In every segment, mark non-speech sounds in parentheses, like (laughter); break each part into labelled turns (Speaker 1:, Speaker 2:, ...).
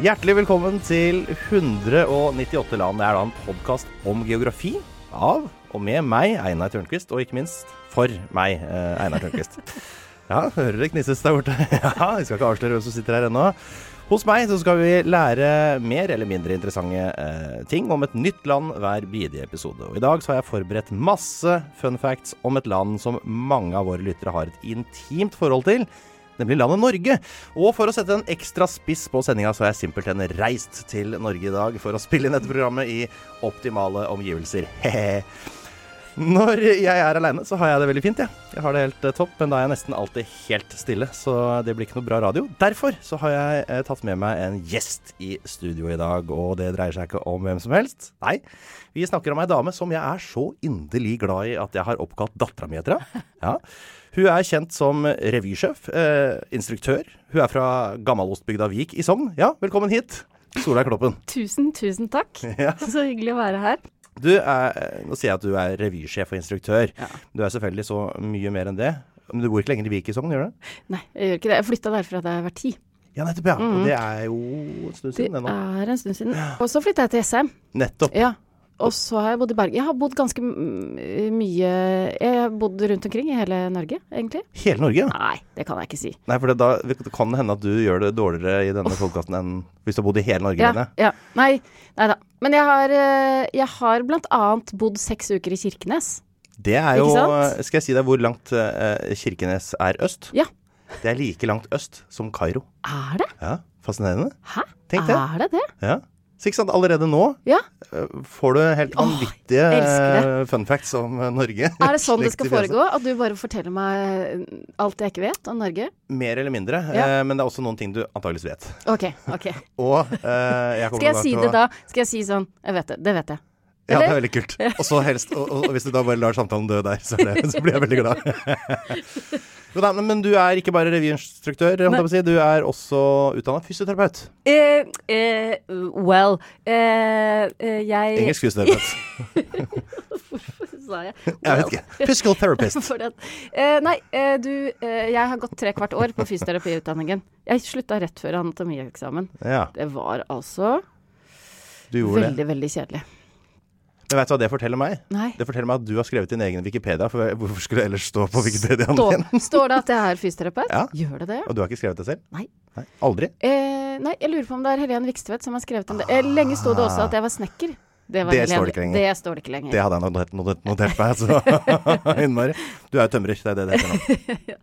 Speaker 1: Hjertelig velkommen til 198 land. Det er da en podkast om geografi av og med meg, Einar Tørnquist, og ikke minst for meg, eh, Einar Tørnquist. Ja, hører dere knisses der borte? (laughs) Ja, vi skal ikke avsløre hvem som sitter her ennå. Hos meg så skal vi lære mer eller mindre interessante eh, ting om et nytt land hver bidige episode. Og i dag så har jeg forberedt masse fun facts om et land som mange av våre lyttere har et intimt forhold til nemlig landet Norge. Og for å sette en ekstra spiss på sendinga, så har jeg simpelthen reist til Norge i dag for å spille inn dette programmet i optimale omgivelser. (laughs) Hehe. Når jeg er aleine, så har jeg det veldig fint, jeg. Jeg har det helt eh, topp, men da er jeg nesten alltid helt stille, så det blir ikke noe bra radio. Derfor så har jeg eh, tatt med meg en gjest i studio i dag, og det dreier seg ikke om hvem som helst. Nei, vi snakker om ei dame som jeg er så inderlig glad i at jeg har oppkalt dattera mi etter henne. Ja. (laughs) Hun er kjent som revysjef, eh, instruktør. Hun er fra Gammalostbygda Vik i Sogn. Ja, velkommen hit, Solveig Kloppen.
Speaker 2: Tusen, tusen (laughs) takk.
Speaker 1: Ja.
Speaker 2: Så hyggelig å være her.
Speaker 1: Du er, nå sier jeg at du er revysjef og instruktør. Du er selvfølgelig så mye mer enn det. Men du bor ikke lenger i Vik i Sogn, gjør du? det?
Speaker 2: Nei, jeg gjør ikke det. Jeg flytta derfra da jeg var ti.
Speaker 1: Ja, nettopp, ja. Og det er jo en stund
Speaker 2: Mhm. Det
Speaker 1: siden det nå.
Speaker 2: er en stund siden. Og så flytta jeg til SM.
Speaker 1: Nettopp.
Speaker 2: Ja. Og så har jeg bodd i Bergen. Jeg har bodd ganske m- mye Jeg har bodd rundt omkring i hele Norge, egentlig.
Speaker 1: Hele Norge, ja.
Speaker 2: Nei, det kan jeg ikke si.
Speaker 1: Nei, for det, da det kan det hende at du gjør det dårligere i denne podkasten enn hvis du har bodd i hele Norge.
Speaker 2: Ja,
Speaker 1: mener jeg.
Speaker 2: ja. Nei, nei da. Men jeg har, eh, jeg har blant annet bodd seks uker i Kirkenes.
Speaker 1: Det er jo
Speaker 2: Ikke sant?
Speaker 1: Skal jeg si deg hvor langt eh, Kirkenes er øst?
Speaker 2: Ja.
Speaker 1: Det er like langt øst som Kairo.
Speaker 2: Er det?
Speaker 1: Ja, Fascinerende.
Speaker 2: Hæ?
Speaker 1: Tenk det.
Speaker 2: Er det det?
Speaker 1: Ja. Så ikke sant, allerede nå
Speaker 2: Ja.
Speaker 1: eh, får du helt vanvittige
Speaker 2: elsker
Speaker 1: eh, fun facts om eh, Norge.
Speaker 2: (laughs) Er det
Speaker 1: (laughs)
Speaker 2: sånn det
Speaker 1: Slik
Speaker 2: skal
Speaker 1: de fleste-
Speaker 2: foregå? At du bare forteller meg eh, alt jeg ikke vet om Norge?
Speaker 1: Mer eller mindre.
Speaker 2: Ja.
Speaker 1: eh, Men det er også noen ting du antageligvis vet.
Speaker 2: OK. ok.
Speaker 1: Og eh, jeg kommer
Speaker 2: Skal jeg
Speaker 1: da
Speaker 2: si
Speaker 1: til
Speaker 2: det
Speaker 1: å-
Speaker 2: da? Skal jeg si sånn Jeg vet det. Det vet jeg.
Speaker 1: Ja, det er
Speaker 2: Eller?
Speaker 1: veldig kult. Og så helst, og, og, og hvis du da bare lar samtalen dø der, så, er det, så blir jeg veldig glad.
Speaker 2: (laughs)
Speaker 1: Jo da, men, men du er ikke bare revyinstruktør, holdt jeg på å si. Du er også utdanna fysioterapeut.
Speaker 2: Eh, eh, well eh, eh, Jeg
Speaker 1: Engelsk fysioterapeut.
Speaker 2: (laughs) Sa jeg.
Speaker 1: (laughs) Jeg vet ikke.
Speaker 2: (laughs)
Speaker 1: Physical therapist.
Speaker 2: Fordi at, eh, nei, eh, du eh, Jeg har gått tre kvart år på fysioterapiutdanningen. Jeg slutta rett før anatomieksamen.
Speaker 1: Ja,
Speaker 2: Det var altså
Speaker 1: du gjorde
Speaker 2: veldig, veldig kjedelig.
Speaker 1: det. Men vet du hva det forteller meg?
Speaker 2: Nei.
Speaker 1: Det forteller meg at du har skrevet din egen Wikipedia, for hvorfor skulle det ellers stå på Wikipediaen din?
Speaker 2: Står, står det at jeg er fysioterapeut?
Speaker 1: Ja.
Speaker 2: Gjør det det?
Speaker 1: Og du har ikke skrevet det selv?
Speaker 2: Nei.
Speaker 1: Nei. Aldri?
Speaker 2: Eh, nei, jeg lurer på om det er Helen Vikstvedt som har skrevet om det. Eh, lenge sto det også at jeg var snekker. Det, var
Speaker 1: Det
Speaker 2: Helen-
Speaker 1: står det ikke lenger.
Speaker 2: Det står det ikke lenger.
Speaker 1: Det hadde jeg notert, notert, notert meg,
Speaker 2: (laughs)
Speaker 1: så innmari. Du er jo tømrer, det er det det heter nå.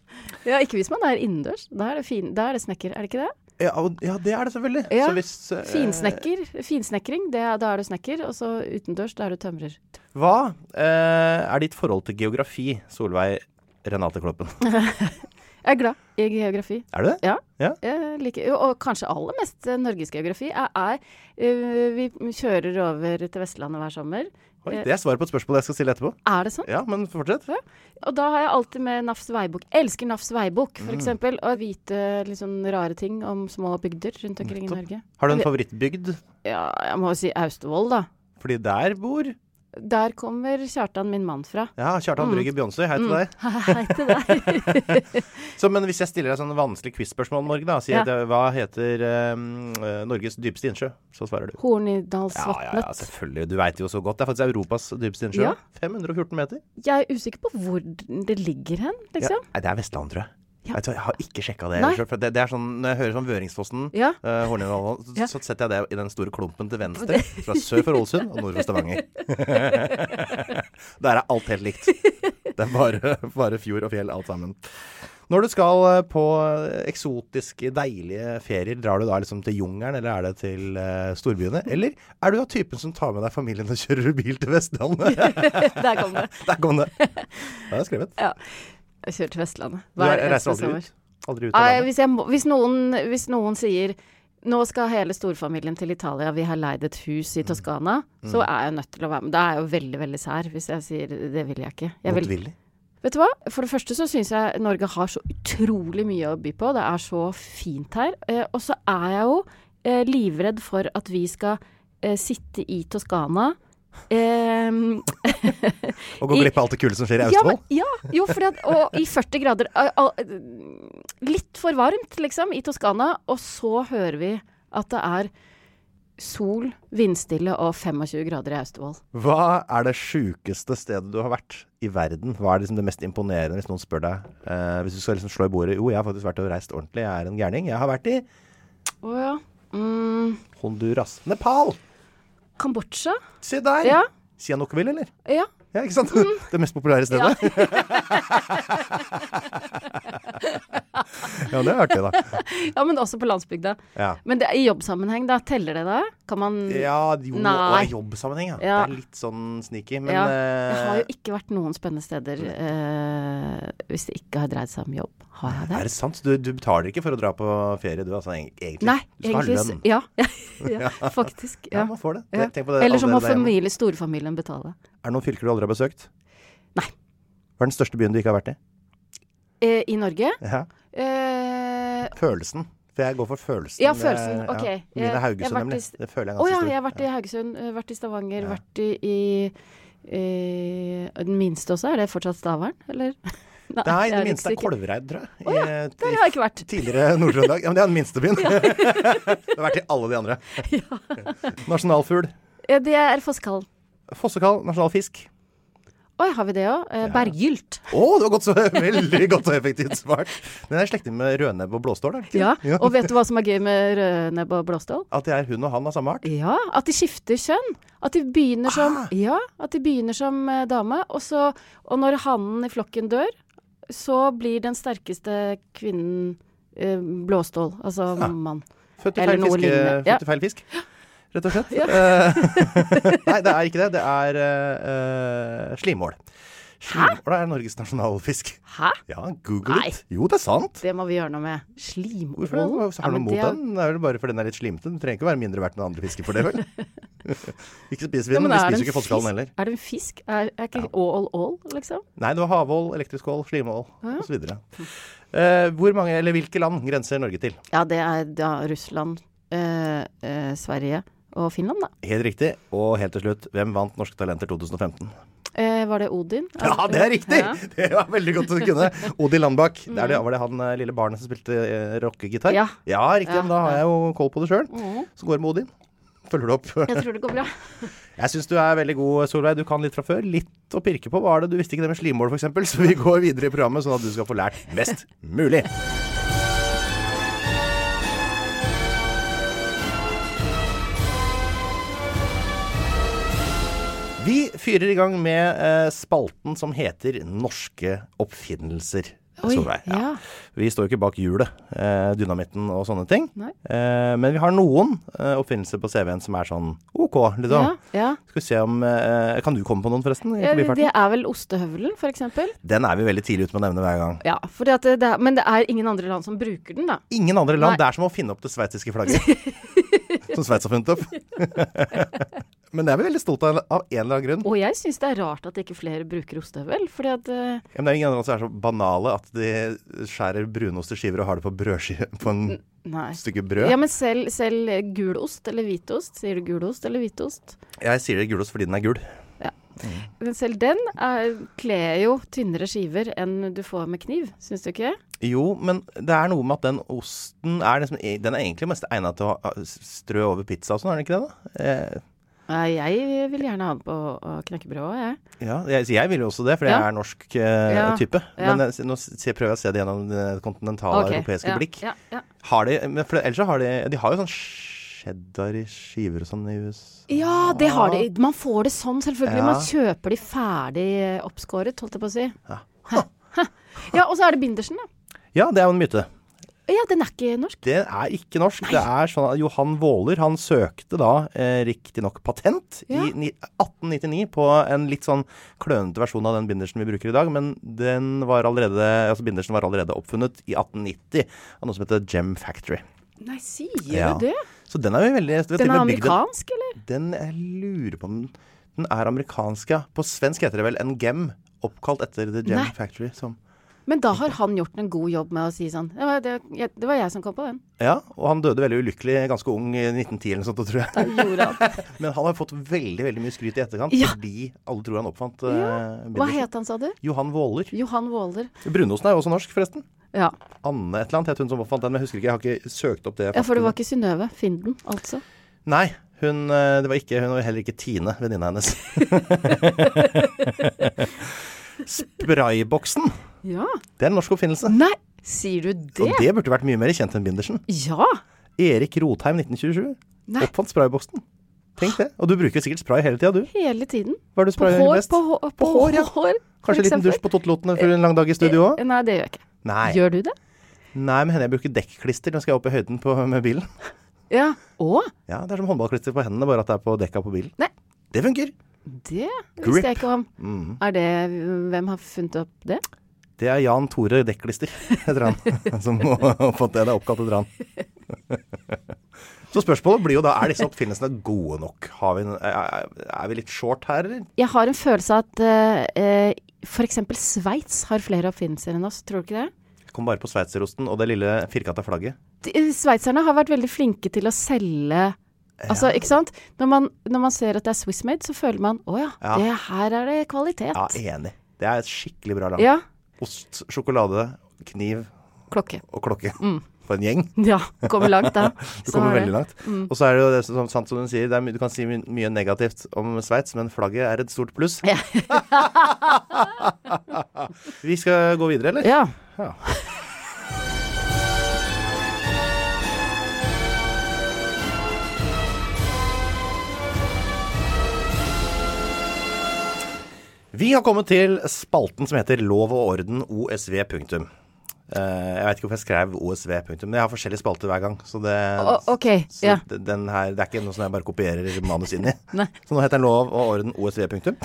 Speaker 2: Ja, ikke hvis man er innendørs. Da er det, fin, da er det snekker, er det ikke det?
Speaker 1: Ja, og- ja, det er det selvfølgelig.
Speaker 2: Ja.
Speaker 1: Så hvis, eh,
Speaker 2: Finsnekker, finsnekring, det, er- da er du snekker. Og så utendørs, da er du tømrer.
Speaker 1: Hva eh, er ditt forhold til geografi, Solveig Renate
Speaker 2: (laughs)
Speaker 1: Kloppen?
Speaker 2: Jeg er glad i geografi.
Speaker 1: Er du det?
Speaker 2: Ja.
Speaker 1: Ja.
Speaker 2: Jeg liker, og kanskje aller mest eh, norgesgeografi. Jeg er, eh, vi kjører over til Vestlandet hver sommer.
Speaker 1: Oi, det er svaret på et spørsmål jeg skal stille etterpå.
Speaker 2: Er det sånn?
Speaker 1: Ja, men fortsett.
Speaker 2: Og da har jeg alltid med NAFs veibok. Elsker NAFs veibok,
Speaker 1: Mm.
Speaker 2: f.eks. Og vite litt sånn rare ting om små bygder rundt omkring i Norge.
Speaker 1: Har du en favorittbygd?
Speaker 2: Ja, jeg må jo si Austevoll, da.
Speaker 1: Fordi der bor
Speaker 2: Der kommer Kjartan, min mann, fra.
Speaker 1: Ja,
Speaker 2: Mm.
Speaker 1: Kjartan Brygge Bjonsøy, hei til deg.
Speaker 2: (laughs) Hei til deg.
Speaker 1: Så, men hvis jeg stiller deg sånn vanskelig quiz-spørsmål, Morgen, da, sier
Speaker 2: Ja.
Speaker 1: jeg at, hva heter eh, Norges dypeste innsjø? Så svarer du. Ja, ja, altså. ja,
Speaker 2: Hornidalsvatnet.
Speaker 1: selvfølgelig. Du veit jo så godt. Det er faktisk Europas dypeste innsjø.
Speaker 2: Ja.
Speaker 1: 514 meter.
Speaker 2: Jeg er usikker på hvor det ligger hen,
Speaker 1: Ja.
Speaker 2: liksom.
Speaker 1: Nei, det er Vestland, tror jeg.
Speaker 2: Ja.
Speaker 1: Vet du hva, jeg har ikke sjekka det.
Speaker 2: Nei.
Speaker 1: selv, For det, det er sånn, Når jeg hører sånn Vøringsfossen,
Speaker 2: Ja.
Speaker 1: eh,
Speaker 2: (laughs)
Speaker 1: Hornindalsvatn, så,
Speaker 2: Ja.
Speaker 1: så setter jeg det i den store klumpen til
Speaker 2: (laughs)
Speaker 1: venstre. Fra sør for Ålesund og nord for Stavanger. (laughs) Der er alt helt likt. Det er bare, bare fjord og fjell, alt sammen. Når du skal eh, på eksotiske, deilige ferier, drar du da liksom til jungelen, eller er det til eh, storbyene? Eller er du av typen som tar med deg familien og kjører bil til Vestlandet?
Speaker 2: (laughs) Der kom det.
Speaker 1: Der kom det! Det har jeg skrevet.
Speaker 2: Jeg kjører til Vestlandet
Speaker 1: Du
Speaker 2: hver
Speaker 1: er- reiser
Speaker 2: eneste
Speaker 1: aldri
Speaker 2: sommer.
Speaker 1: ut? Aldri ut av
Speaker 2: Nei,
Speaker 1: landet?
Speaker 2: hvis, jeg må, hvis, noen, hvis noen sier nå skal hele storfamilien til Italia, vi har leid et hus
Speaker 1: Mm.
Speaker 2: i Toskana, så er jeg nødt til å være med. Da er jeg jo veldig, veldig sær hvis jeg sier det vil jeg ikke. Jeg vil,
Speaker 1: Motvillig.
Speaker 2: vet du hva? For det første så syns jeg Norge har så utrolig mye å by på. Det er så fint her. Eh, og så er jeg jo eh, livredd for at vi skal eh, sitte i Toskana. Eh,
Speaker 1: Og gå
Speaker 2: I-
Speaker 1: glipp av alt det kule som skjer i
Speaker 2: Ja,
Speaker 1: Austevoll?
Speaker 2: men- ja, jo, fordi at, og i 40 grader al- al- Litt for varmt, liksom, i Toskana. Og så hører vi at det er sol, vindstille og 25 grader i Austevoll.
Speaker 1: Hva er det sjukeste stedet du har vært i verden? Hva er liksom det mest imponerende hvis noen spør deg? eh, hvis du skal liksom slå i bordet Jo, jeg har faktisk vært og reist ordentlig. Jeg er en gærning. Jeg har vært i
Speaker 2: Å ja. Mm,
Speaker 1: Honduras. Nepal!
Speaker 2: Kambodsja?
Speaker 1: Se der!
Speaker 2: Ja. Mm.
Speaker 1: Sihanoukville, eller?
Speaker 2: Ja.
Speaker 1: Ja, ikke sant? (laughs) Det mest populære stedet. Ja, (laughs) det er artig,
Speaker 2: (laughs)
Speaker 1: da.
Speaker 2: ja, men også på landsbygda.
Speaker 1: Ja.
Speaker 2: Men det, i jobbsammenheng, da? Teller det da? Kan man
Speaker 1: Ja, jo, og
Speaker 2: Nei.
Speaker 1: i jobbsammenheng, ja.
Speaker 2: Ja.
Speaker 1: Det er litt sånn sneaky, men
Speaker 2: Ja.
Speaker 1: eh,
Speaker 2: Jeg har jo ikke vært noen spennende steder eh, hvis det ikke har dreid seg om jobb. Har jeg det?
Speaker 1: Er det sant? Du, du betaler ikke for å dra på ferie, du altså, eng- egentlig?
Speaker 2: Nei,
Speaker 1: du skal
Speaker 2: egentlig
Speaker 1: ha
Speaker 2: s-
Speaker 1: lønn.
Speaker 2: ja, (laughs) ja, ja, faktisk.
Speaker 1: (laughs) Ja,
Speaker 2: Ja.
Speaker 1: man får det.
Speaker 2: Ja.
Speaker 1: Det- Tenk på det.
Speaker 2: Eller så
Speaker 1: alle
Speaker 2: må
Speaker 1: dere der hjemme.
Speaker 2: familie, storfamilien betale.
Speaker 1: Er det noen fylker du aldri har besøkt?
Speaker 2: Nei.
Speaker 1: Hva er den største byen du ikke har vært i?
Speaker 2: Eh, I Norge?
Speaker 1: Ja.
Speaker 2: Eh,
Speaker 1: Følelsen. For jeg går for følelsen.
Speaker 2: Ja, følelsen.
Speaker 1: Eh,
Speaker 2: Ok. Jeg-
Speaker 1: Min
Speaker 2: jeg
Speaker 1: er
Speaker 2: har
Speaker 1: Haugesund,
Speaker 2: vært i
Speaker 1: nemlig.
Speaker 2: s-
Speaker 1: Det føler jeg
Speaker 2: Å
Speaker 1: ganske
Speaker 2: ja,
Speaker 1: stor.
Speaker 2: jeg har vært i Haugesund, eh, vært i Stavanger, vært i, i eh, Den minste også, er det fortsatt Stavern, eller? (laughs) Nei,
Speaker 1: Nei,
Speaker 2: det
Speaker 1: det minste er
Speaker 2: ikke sikkert.
Speaker 1: Kolvereid, tror jeg. I, eh,
Speaker 2: Der har jeg ikke vært.
Speaker 1: Tidligere (laughs) Nord-Trøndelag. Ja, men det er den minste byen. (laughs) du har vært i alle de andre. Nasjonalfugl.
Speaker 2: Eh, Det er Fosskall.
Speaker 1: Fossekall. Nasjonalfisk.
Speaker 2: Oi, har vi det òg? Eh, Berggylt.
Speaker 1: Å, det var godt så, (laughs) veldig godt og effektivt svart. Den er i slekting med rødnebb og blåstål, er det ikke?
Speaker 2: Ja.
Speaker 1: (laughs)
Speaker 2: Og vet du hva som er gøy med rødnebb og blåstål?
Speaker 1: At det er hun og han av samme art.
Speaker 2: Ja, at de skifter kjønn. At de begynner som,
Speaker 1: Ah.
Speaker 2: ja, at de begynner som eh, dame, og, så, og når hannen i flokken dør, så blir den sterkeste kvinnen eh, blåstål, altså mann.
Speaker 1: Født i
Speaker 2: Eller
Speaker 1: feil
Speaker 2: noe
Speaker 1: fisk.
Speaker 2: lignende.
Speaker 1: Født
Speaker 2: Ja.
Speaker 1: i feil fisk. Rett og slett. Eh, (laughs) Nei, det er ikke det. Det er eh, eh, slimål. Slimål er Norges nasjonalfisk.
Speaker 2: Hæ?
Speaker 1: Ja, google
Speaker 2: Nei.
Speaker 1: it. Jo, det er sant.
Speaker 2: Det må vi gjøre noe med.
Speaker 1: Hvorfor
Speaker 2: Slimålen?
Speaker 1: det? har du
Speaker 2: Ja,
Speaker 1: noe
Speaker 2: men
Speaker 1: mot
Speaker 2: det er-
Speaker 1: den? Det er vel bare fordi den er litt slimete. Den trenger ikke å være mindre verdt enn andre fisker for det,
Speaker 2: (laughs)
Speaker 1: vel? ikke spiser vi
Speaker 2: Ja,
Speaker 1: den. vi
Speaker 2: men er det
Speaker 1: spiser
Speaker 2: en
Speaker 1: jo ikke fosskallen heller.
Speaker 2: fisk? Er det en fisk? Er, er ikke ål ål, liksom?
Speaker 1: Nei, det var havål, elektrisk ål, slimål osv. Uh, hvor mange, eller hvilke land grenser Norge til?
Speaker 2: Ja, det er da Russland, eh, eh, Sverige og Finland, da.
Speaker 1: Helt riktig. Og helt til slutt, hvem vant Norske Talenter 2015?
Speaker 2: Eh, var det Odin?
Speaker 1: Ja, det er riktig!
Speaker 2: Altså, Ja. Mm.
Speaker 1: Det var veldig godt å kunne. Odil
Speaker 2: (laughs)
Speaker 1: Landbakk. Det er det, var det han eh, lille barnet som spilte eh, rockegitar?
Speaker 2: Ja. Mm.
Speaker 1: riktig. Men da har jeg jo koll på det sjøl. Så går det med Odin. Følger du opp.
Speaker 2: Jeg tror det går bra.
Speaker 1: Jeg syns du er veldig god, Solveig. Du kan litt fra før. Litt å pirke på. Hva er det du visste ikke det med slimål, f.eks.? (laughs) Så vi går videre i programmet, sånn at du skal få lært mest mulig. Vi fyrer i gang med eh, spalten som heter Norske oppfinnelser.
Speaker 2: Oi,
Speaker 1: Solveig.
Speaker 2: ja.
Speaker 1: Vi står jo ikke bak hjulet, eh, dynamitten og sånne ting.
Speaker 2: Nei.
Speaker 1: Eh, men vi har noen eh, oppfinnelser på CV-en som er sånn OK, liksom.
Speaker 2: Ja, ja.
Speaker 1: Skal vi se om eh, Kan du komme på noen, forresten? i
Speaker 2: Eh,
Speaker 1: forbifarten?
Speaker 2: Det er vel ostehøvelen, for eksempel?
Speaker 1: Den er vi veldig tidlig ute med å nevne hver gang.
Speaker 2: Ja, fordi at det, det er, men det er ingen andre land som bruker den, da.
Speaker 1: Ingen andre land.
Speaker 2: Nei. (laughs) (laughs)
Speaker 1: Det er som å finne opp det sveitsiske flagget. som Sveits har funnet opp. Men det er vi veldig stolt av, av en eller annen grunn.
Speaker 2: Og jeg syns det er rart at ikke flere bruker ostehøvel, fordi at eh,
Speaker 1: Ja, Men det er ingen andre som er så banale at de skjærer brunost i skiver og har det på brødskive på en
Speaker 2: Nei.
Speaker 1: stykke brød.
Speaker 2: Ja, men selv, selv gulost eller hvitost, sier du gulost eller hvitost?
Speaker 1: Jeg sier det gulost fordi den er gul.
Speaker 2: Men selv den er, kler jo tynnere skiver enn du får med kniv, syns du ikke?
Speaker 1: Jo, men det er noe med at den osten er liksom Den er egentlig mest egna til å ha- strø over pizza og sånn, er den ikke det? da? Eh,
Speaker 2: Nei, jeg vil gjerne ha den på å knekke brød òg, jeg.
Speaker 1: Ja, jeg, så jeg vil jo også det, for jeg
Speaker 2: Ja.
Speaker 1: er norsk eh,
Speaker 2: Ja,
Speaker 1: type.
Speaker 2: ja.
Speaker 1: Men jeg, s- nå s- jeg prøver jeg å se det gjennom det kontinentale
Speaker 2: Ok,
Speaker 1: europeiske
Speaker 2: ja,
Speaker 1: blikk.
Speaker 2: Ja, ja.
Speaker 1: Har de, men for ellers så har de De har jo sånn cheddar i skiver og sånn i USA.
Speaker 2: Ja, det har de. Man får det sånn, selvfølgelig.
Speaker 1: Ja.
Speaker 2: Man kjøper de ferdig eh, oppskåret, holdt jeg på å si. Ja, ja og så er det bindersen, da.
Speaker 1: Ja, det er jo en myte.
Speaker 2: Ja, den er ikke norsk.
Speaker 1: Det er ikke norsk. Det er sånn at Johan Våler han søkte da eh, riktignok patent
Speaker 2: Ja.
Speaker 1: i ni- 1899 på en litt sånn klønete versjon av den bindersen vi bruker i dag, men den var allerede, altså bindersen var allerede oppfunnet i 1890 av noe som heter Gem Factory.
Speaker 2: Nei, sier
Speaker 1: Ja.
Speaker 2: du det?
Speaker 1: Så den er jo veldig vet,
Speaker 2: Den
Speaker 1: til
Speaker 2: er
Speaker 1: og med bygd en-
Speaker 2: amerikansk, eller?
Speaker 1: Den jeg lurer på om den- den er amerikansk, ja. På svensk heter det vel en gem, oppkalt etter The Gem
Speaker 2: Nei.
Speaker 1: Factory. Som,
Speaker 2: Men da har han gjort en god jobb med å si sånn Det var, det, jeg, det var jeg som kom på den.
Speaker 1: ja, og han døde veldig ulykkelig, ganske ung, i 1910 eller noe sånt, tror jeg.
Speaker 2: Gjorde han.
Speaker 1: Men han har fått veldig veldig mye skryt i etterkant,
Speaker 2: Ja.
Speaker 1: fordi alle tror han oppfant uh,
Speaker 2: (laughs) Hva het han, sa du?
Speaker 1: Johan Våler.
Speaker 2: Johan Våler.
Speaker 1: Brunosten er jo også norsk, forresten.
Speaker 2: Ja.
Speaker 1: Anne et eller annet het hun som oppfant den, men jeg husker ikke. Jeg har ikke søkt opp det.
Speaker 2: ja, for
Speaker 1: faktum.
Speaker 2: det var ikke Synnøve Finden, altså.
Speaker 1: Nei, hun, eh, det var ikke hun, og heller ikke Tine, venninna
Speaker 2: (laughs)
Speaker 1: hennes. Sprayboksen,
Speaker 2: Ja.
Speaker 1: det er en norsk oppfinnelse.
Speaker 2: Nei, sier du det?
Speaker 1: Og det burde vært mye mer kjent enn Bindersen.
Speaker 2: Ja!
Speaker 1: Erik Rotheim 1927
Speaker 2: Nei.
Speaker 1: oppfant sprayboksen. Tenk det. Og du bruker sikkert spray hele tida, du.
Speaker 2: Hele tiden.
Speaker 1: Hva er det du sprayer
Speaker 2: hår,
Speaker 1: mest?
Speaker 2: På, hå- på,
Speaker 1: hår, ja.
Speaker 2: hår, for
Speaker 1: Kanskje en liten
Speaker 2: eksempel.
Speaker 1: dusj på tottelotene før en lang dag i studio òg?
Speaker 2: Nei, det gjør jeg ikke.
Speaker 1: Nei.
Speaker 2: Gjør du det?
Speaker 1: Nei, men hender jeg bruker dekklister når jeg skal opp i høyden på, med bilen.
Speaker 2: Ja. Å,
Speaker 1: Ja, Det er som håndballklister på hendene, bare at det er på dekka på bilen.
Speaker 2: Nei.
Speaker 1: Det funker.
Speaker 2: det
Speaker 1: Grip. Mm.
Speaker 2: visste jeg ikke om. Er det Hvem har funnet opp det?
Speaker 1: Det er Jan Tore Dekklister, heter han. (laughs) Som har fått det. Det er oppkalt etter han. Så spørsmålet blir jo da, er disse oppfinnelsene gode nok? Har vi, en- er, er vi litt short her, eller?
Speaker 2: Jeg har en følelse av at eh, eh, for f.eks. Sveits har flere oppfinnelser enn oss, tror du ikke det?
Speaker 1: Jeg kom bare på sveitserosten og det lille firkanta flagget.
Speaker 2: De- eh, Sveitserne har vært veldig flinke til å selge Altså, ikke sant? Når man, når man ser at det er Swissmade, så føler man å ja,
Speaker 1: Ja.
Speaker 2: Det her er det kvalitet.
Speaker 1: Ja, enig. Det er et skikkelig bra land.
Speaker 2: Ja.
Speaker 1: Ost, sjokolade, kniv
Speaker 2: Klokke.
Speaker 1: og klokke. For en gjeng.
Speaker 2: Ja. Kommer langt da.
Speaker 1: (laughs) Du
Speaker 2: Mm. Så
Speaker 1: kommer
Speaker 2: har det- Mm.
Speaker 1: veldig langt. Og så er det jo det som sant som hun sier, det er, my- du kan si my mye negativt om Sveits, men flagget er et stort pluss.
Speaker 2: Ja.
Speaker 1: (laughs) Vi skal gå videre, eller?
Speaker 2: Ja.
Speaker 1: Vi har kommet til spalten som heter Lov og orden OSV. punktum. Eh, jeg veit ikke hvorfor jeg skrev OSV, punktum, men jeg har forskjellige spalter hver gang. Så det,
Speaker 2: Å, ok,
Speaker 1: så
Speaker 2: ja.
Speaker 1: d- den her, det er ikke noe som jeg bare kopierer manus
Speaker 2: (laughs)
Speaker 1: inn i. så nå heter den Lov og orden OSV, punktum.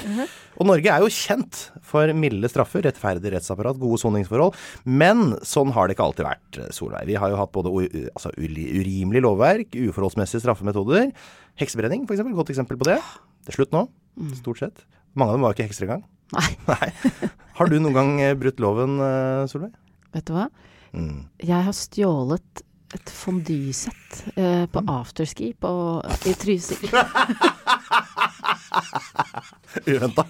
Speaker 1: Og Norge er jo kjent for milde straffer, rettferdig rettsapparat, gode soningsforhold. Men sånn har det ikke alltid vært, Solveig. Vi har jo hatt både u- altså, uri- urimelig lovverk, uforholdsmessige straffemetoder. Heksebrenning, f.eks. Godt eksempel på det. Det er slutt nå,
Speaker 2: Mm.
Speaker 1: stort sett. Mange av dem var jo ikke hekser engang. (laughs)
Speaker 2: Nei.
Speaker 1: Nei. Har du noen gang eh, brutt loven, eh, Solveig?
Speaker 2: Vet du hva?
Speaker 1: Mm.
Speaker 2: Jeg har stjålet et fondysett eh,
Speaker 1: Mm.
Speaker 2: på afterski på, i Trysil.
Speaker 1: (laughs) Uventa.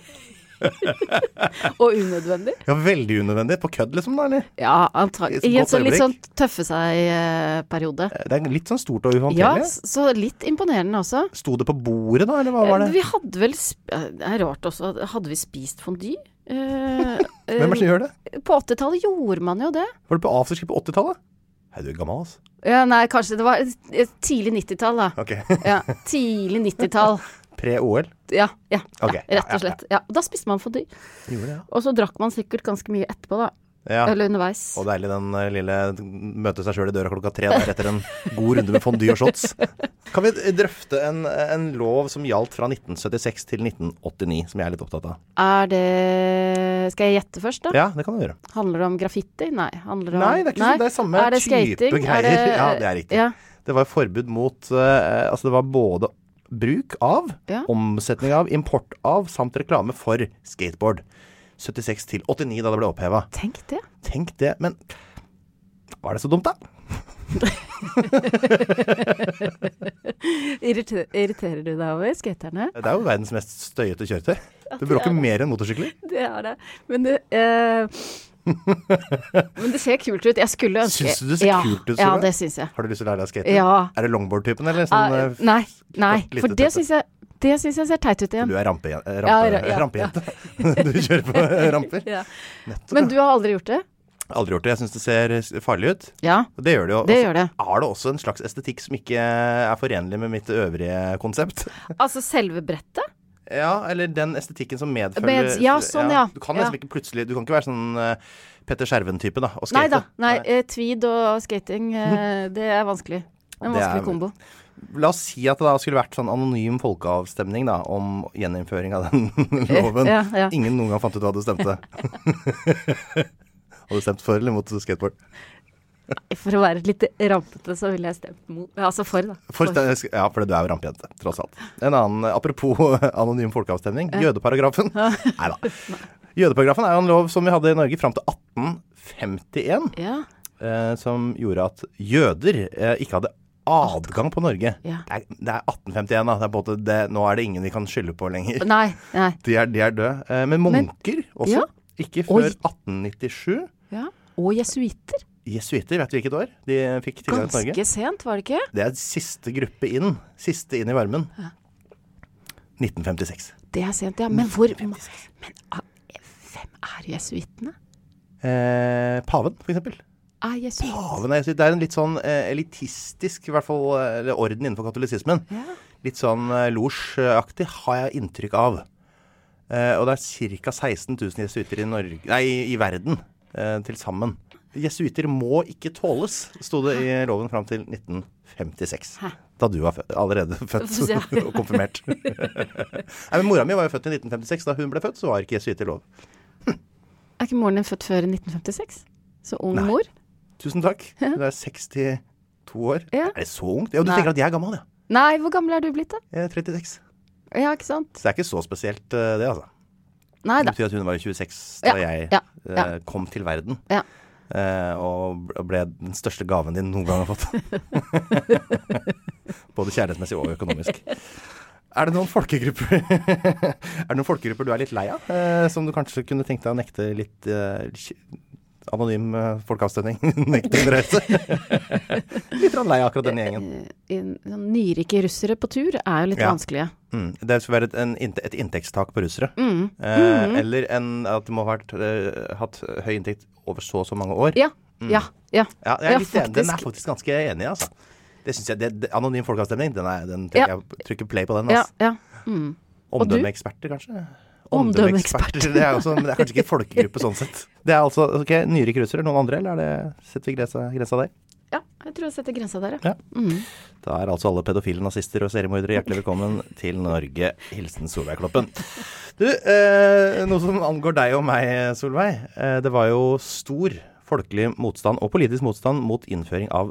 Speaker 2: Og unødvendig.
Speaker 1: Ja, veldig unødvendig. På kødd, liksom, da, eller?
Speaker 2: Ja, antagelig.
Speaker 1: Et
Speaker 2: I en
Speaker 1: godt
Speaker 2: sånn litt sånn
Speaker 1: øyeblikk.
Speaker 2: tøffe seg-periode.
Speaker 1: Det er litt sånn stort og
Speaker 2: Ja,
Speaker 1: uhåndterlig.
Speaker 2: s- så litt imponerende også.
Speaker 1: Sto det på bordet, da, eller hva var det?
Speaker 2: Vi hadde vel sp eh, Det er rart også. Hadde vi spist fondy? Eh,
Speaker 1: (laughs) Hvem er det som gjør det?
Speaker 2: På 80-tallet gjorde man jo det.
Speaker 1: Var det på afterski på 80-tallet? Hei, du er gammel, ass.
Speaker 2: Ja, nei, kanskje det var eh, tidlig 90-tall, da.
Speaker 1: (laughs) Ok.
Speaker 2: Ja, tidlig 90-tall.
Speaker 1: Pre-OL.
Speaker 2: Ja, ja,
Speaker 1: Ok,
Speaker 2: ja,
Speaker 1: ja,
Speaker 2: rett og slett. Ja, da spiste man fondy.
Speaker 1: Gjorde det,
Speaker 2: Og så drakk man sikkert ganske mye etterpå, da.
Speaker 1: ja. ja.
Speaker 2: Eller underveis.
Speaker 1: Og deilig den eh, lille møte seg sjøl i døra klokka tre der etter en god runde med fondy og shots. (laughs) Kan vi drøfte en, en lov som gjaldt fra 1976 til 1989, som jeg er litt opptatt av?
Speaker 2: Er det Skal jeg gjette først, da?
Speaker 1: Ja, det kan du gjøre.
Speaker 2: Handler det om graffiti? Nei. Handler det om...
Speaker 1: Nei, det er ikke sånn. Det er samme
Speaker 2: er det
Speaker 1: type
Speaker 2: skating?
Speaker 1: greier.
Speaker 2: Er det...
Speaker 1: Ja, det er riktig.
Speaker 2: Ja.
Speaker 1: Det var forbud mot eh, Altså, det var både bruk av,
Speaker 2: Ja.
Speaker 1: omsetning av, import av samt reklame for skateboard. 76 til 89 da det ble oppheva.
Speaker 2: Tenk det.
Speaker 1: Tenk det, men var det så dumt, da?
Speaker 2: Irriter irriterer du deg over skaterne?
Speaker 1: Det er jo verdens mest støyete kjøretøy. Det bråker mer enn motorsykler.
Speaker 2: Det er det. Men det
Speaker 1: (laughs)
Speaker 2: eh, Men det ser kult ut. Jeg skulle ønske
Speaker 1: Syns du det ser
Speaker 2: ja,
Speaker 1: kult ut,
Speaker 2: Ja,
Speaker 1: Solveig?
Speaker 2: det syns jeg.
Speaker 1: Har du lyst til å lære deg å skate?
Speaker 2: Ja.
Speaker 1: Er det longboard-typen, eller? Sånn,
Speaker 2: Ah,
Speaker 1: eh,
Speaker 2: nei, nei.
Speaker 1: kort, lite
Speaker 2: For det
Speaker 1: tette?
Speaker 2: syns jeg, det syns jeg ser teit ut igjen.
Speaker 1: Du er rampe, eh, rampe,
Speaker 2: Ja, ra- ja,
Speaker 1: rampejente. (laughs) du kjører på ramper.
Speaker 2: Ja. Men du har aldri gjort det?
Speaker 1: Aldri gjort det. Jeg syns det ser eh, s- farlig ut.
Speaker 2: Ja.
Speaker 1: Og det gjør det jo.
Speaker 2: Det
Speaker 1: Og så
Speaker 2: gjør det.
Speaker 1: Er det også en slags estetikk som ikke eh, er forenlig med mitt øvrige konsept?
Speaker 2: Altså selve brettet?
Speaker 1: Ja, eller den estetikken som medfølger
Speaker 2: Med- ja, sånn, ja.
Speaker 1: Du kan liksom
Speaker 2: Ja.
Speaker 1: ikke plutselig Du kan ikke være sånn eh, Petter Skjerven-type, da, og skate.
Speaker 2: Nei da. Nei, eh, tweed og skating,
Speaker 1: (laughs)
Speaker 2: eh, det er vanskelig. En
Speaker 1: Det er-
Speaker 2: vanskelig kombo.
Speaker 1: La oss si at det da skulle vært sånn anonym folkeavstemning da, om gjeninnføring av den (laughs) loven.
Speaker 2: Eh, Ja, ja.
Speaker 1: Ingen noen gang fant ut hva du
Speaker 2: (laughs)
Speaker 1: stemte. Hadde du stemt for eller mot skateboard?
Speaker 2: For å være litt rampete, så ville jeg stemt mot Altså for, da.
Speaker 1: For, ja, for du er jo rampejente, tross alt. En annen, eh, Apropos (laughs) anonym folkeavstemning, jødeparagrafen.
Speaker 2: (laughs)
Speaker 1: Nei da. Jødeparagrafen er jo en lov som vi hadde i Norge fram til 1851,
Speaker 2: Ja.
Speaker 1: eh, som gjorde at jøder eh, ikke hadde adgang på Norge.
Speaker 2: Ja.
Speaker 1: Det, er, det er 1851, da. Det er på en måte det, nå er det ingen vi kan skylde på lenger.
Speaker 2: Nei. nei.
Speaker 1: De er, de er døde. Eh, men munker også.
Speaker 2: Ja.
Speaker 1: Ikke
Speaker 2: Oi.
Speaker 1: før 1897.
Speaker 2: Ja. Og jesuitter.
Speaker 1: Jesuitter, vet du hvilket år de eh, fikk tilgang til Norge?
Speaker 2: Ganske sent, var det ikke?
Speaker 1: Det er siste gruppe inn. Siste inn i varmen. 1956.
Speaker 2: Det er sent, ja. Men hvor Men ah, hvem er jesuittene?
Speaker 1: Eh, paven, for eksempel.
Speaker 2: Er jesuitt?
Speaker 1: Paven er jesuitt. Det er en litt sånn eh, elitistisk i hvert fall, eh, eller orden innenfor katolisismen.
Speaker 2: Ja.
Speaker 1: Litt sånn eh, losjeaktig har jeg inntrykk av. Eh, og det er ca. 16 000 jesuitter i, Norge, nei, i verden eh, til sammen. Jesuitter må ikke tåles, sto det i loven fram til 1956. Da du var fø-
Speaker 2: (laughs)
Speaker 1: allerede født
Speaker 2: Ja.
Speaker 1: (laughs) og konfirmert. nei, men Mora mi var jo født i 1956. Da hun ble født, så var ikke jesuitter lov.
Speaker 2: Er ikke moren din født før 1956? Så ung
Speaker 1: Nei.
Speaker 2: mor?
Speaker 1: Tusen takk. Du er 62 år.
Speaker 2: Ja.
Speaker 1: Er det så ungt? Ja, du
Speaker 2: Nei.
Speaker 1: tenker at jeg er gammel, ja.
Speaker 2: Nei, hvor gammel er du blitt, da?
Speaker 1: Jeg er 36.
Speaker 2: Ja, ikke sant?
Speaker 1: Så det er ikke så spesielt, eh, det, altså.
Speaker 2: Nei
Speaker 1: Det
Speaker 2: da.
Speaker 1: betyr at hun var jo 26 da
Speaker 2: Ja,
Speaker 1: jeg
Speaker 2: ja,
Speaker 1: eh,
Speaker 2: ja.
Speaker 1: kom til verden.
Speaker 2: Ja.
Speaker 1: eh, og bl- ble den største gaven din noen gang har
Speaker 2: (laughs)
Speaker 1: fått. Både kjærlighetsmessig og økonomisk. Er det noen folkegrupper (laughs) Er det noen folkegrupper du er litt lei av? eh, som du kanskje kunne tenkt deg å nekte litt eh, kj- anonym eh, folkeavstemning? (laughs) nekte innreise?
Speaker 2: (laughs)
Speaker 1: litt rann lei av akkurat denne gjengen.
Speaker 2: I- Sånn nyrike russere på tur er jo litt
Speaker 1: Ja.
Speaker 2: vanskelige.
Speaker 1: Mm. Det skal være et, en, innt- et inntektstak på russere.
Speaker 2: Mm.
Speaker 1: Eh, Eller en, at det må ha vært, eh, hatt høy inntekt over så og så mange år.
Speaker 2: Ja. Ja. Ja.
Speaker 1: Mm. Ja, jeg er
Speaker 2: Ja,
Speaker 1: litt enig. Den er
Speaker 2: faktisk.
Speaker 1: faktisk ganske enig i, altså. Det synes jeg, det, det, anonym folkeavstemning, den er, den tenker
Speaker 2: Ja.
Speaker 1: jeg trykker play på den.
Speaker 2: ja,
Speaker 1: Altså.
Speaker 2: ja. du?
Speaker 1: Omdømmeeksperter, kanskje?
Speaker 2: Omdømmeeksperter.
Speaker 1: Omdømmeeksperter, det er også, men det er kanskje ikke folkegruppe sånn sett. Det er altså ok, nyrike russere, noen andre, eller er det, setter vi grensa, grensa der?
Speaker 2: ja. Jeg tror jeg setter grensa der, ja.
Speaker 1: Ja. Da er altså alle pedofile nazister og seriemordere hjertelig velkommen til Norge. Hilsen Solveig Kloppen. Du, eh, noe som angår deg og meg, Solveig. Eh, det var jo stor folkelig motstand og politisk motstand mot innføring av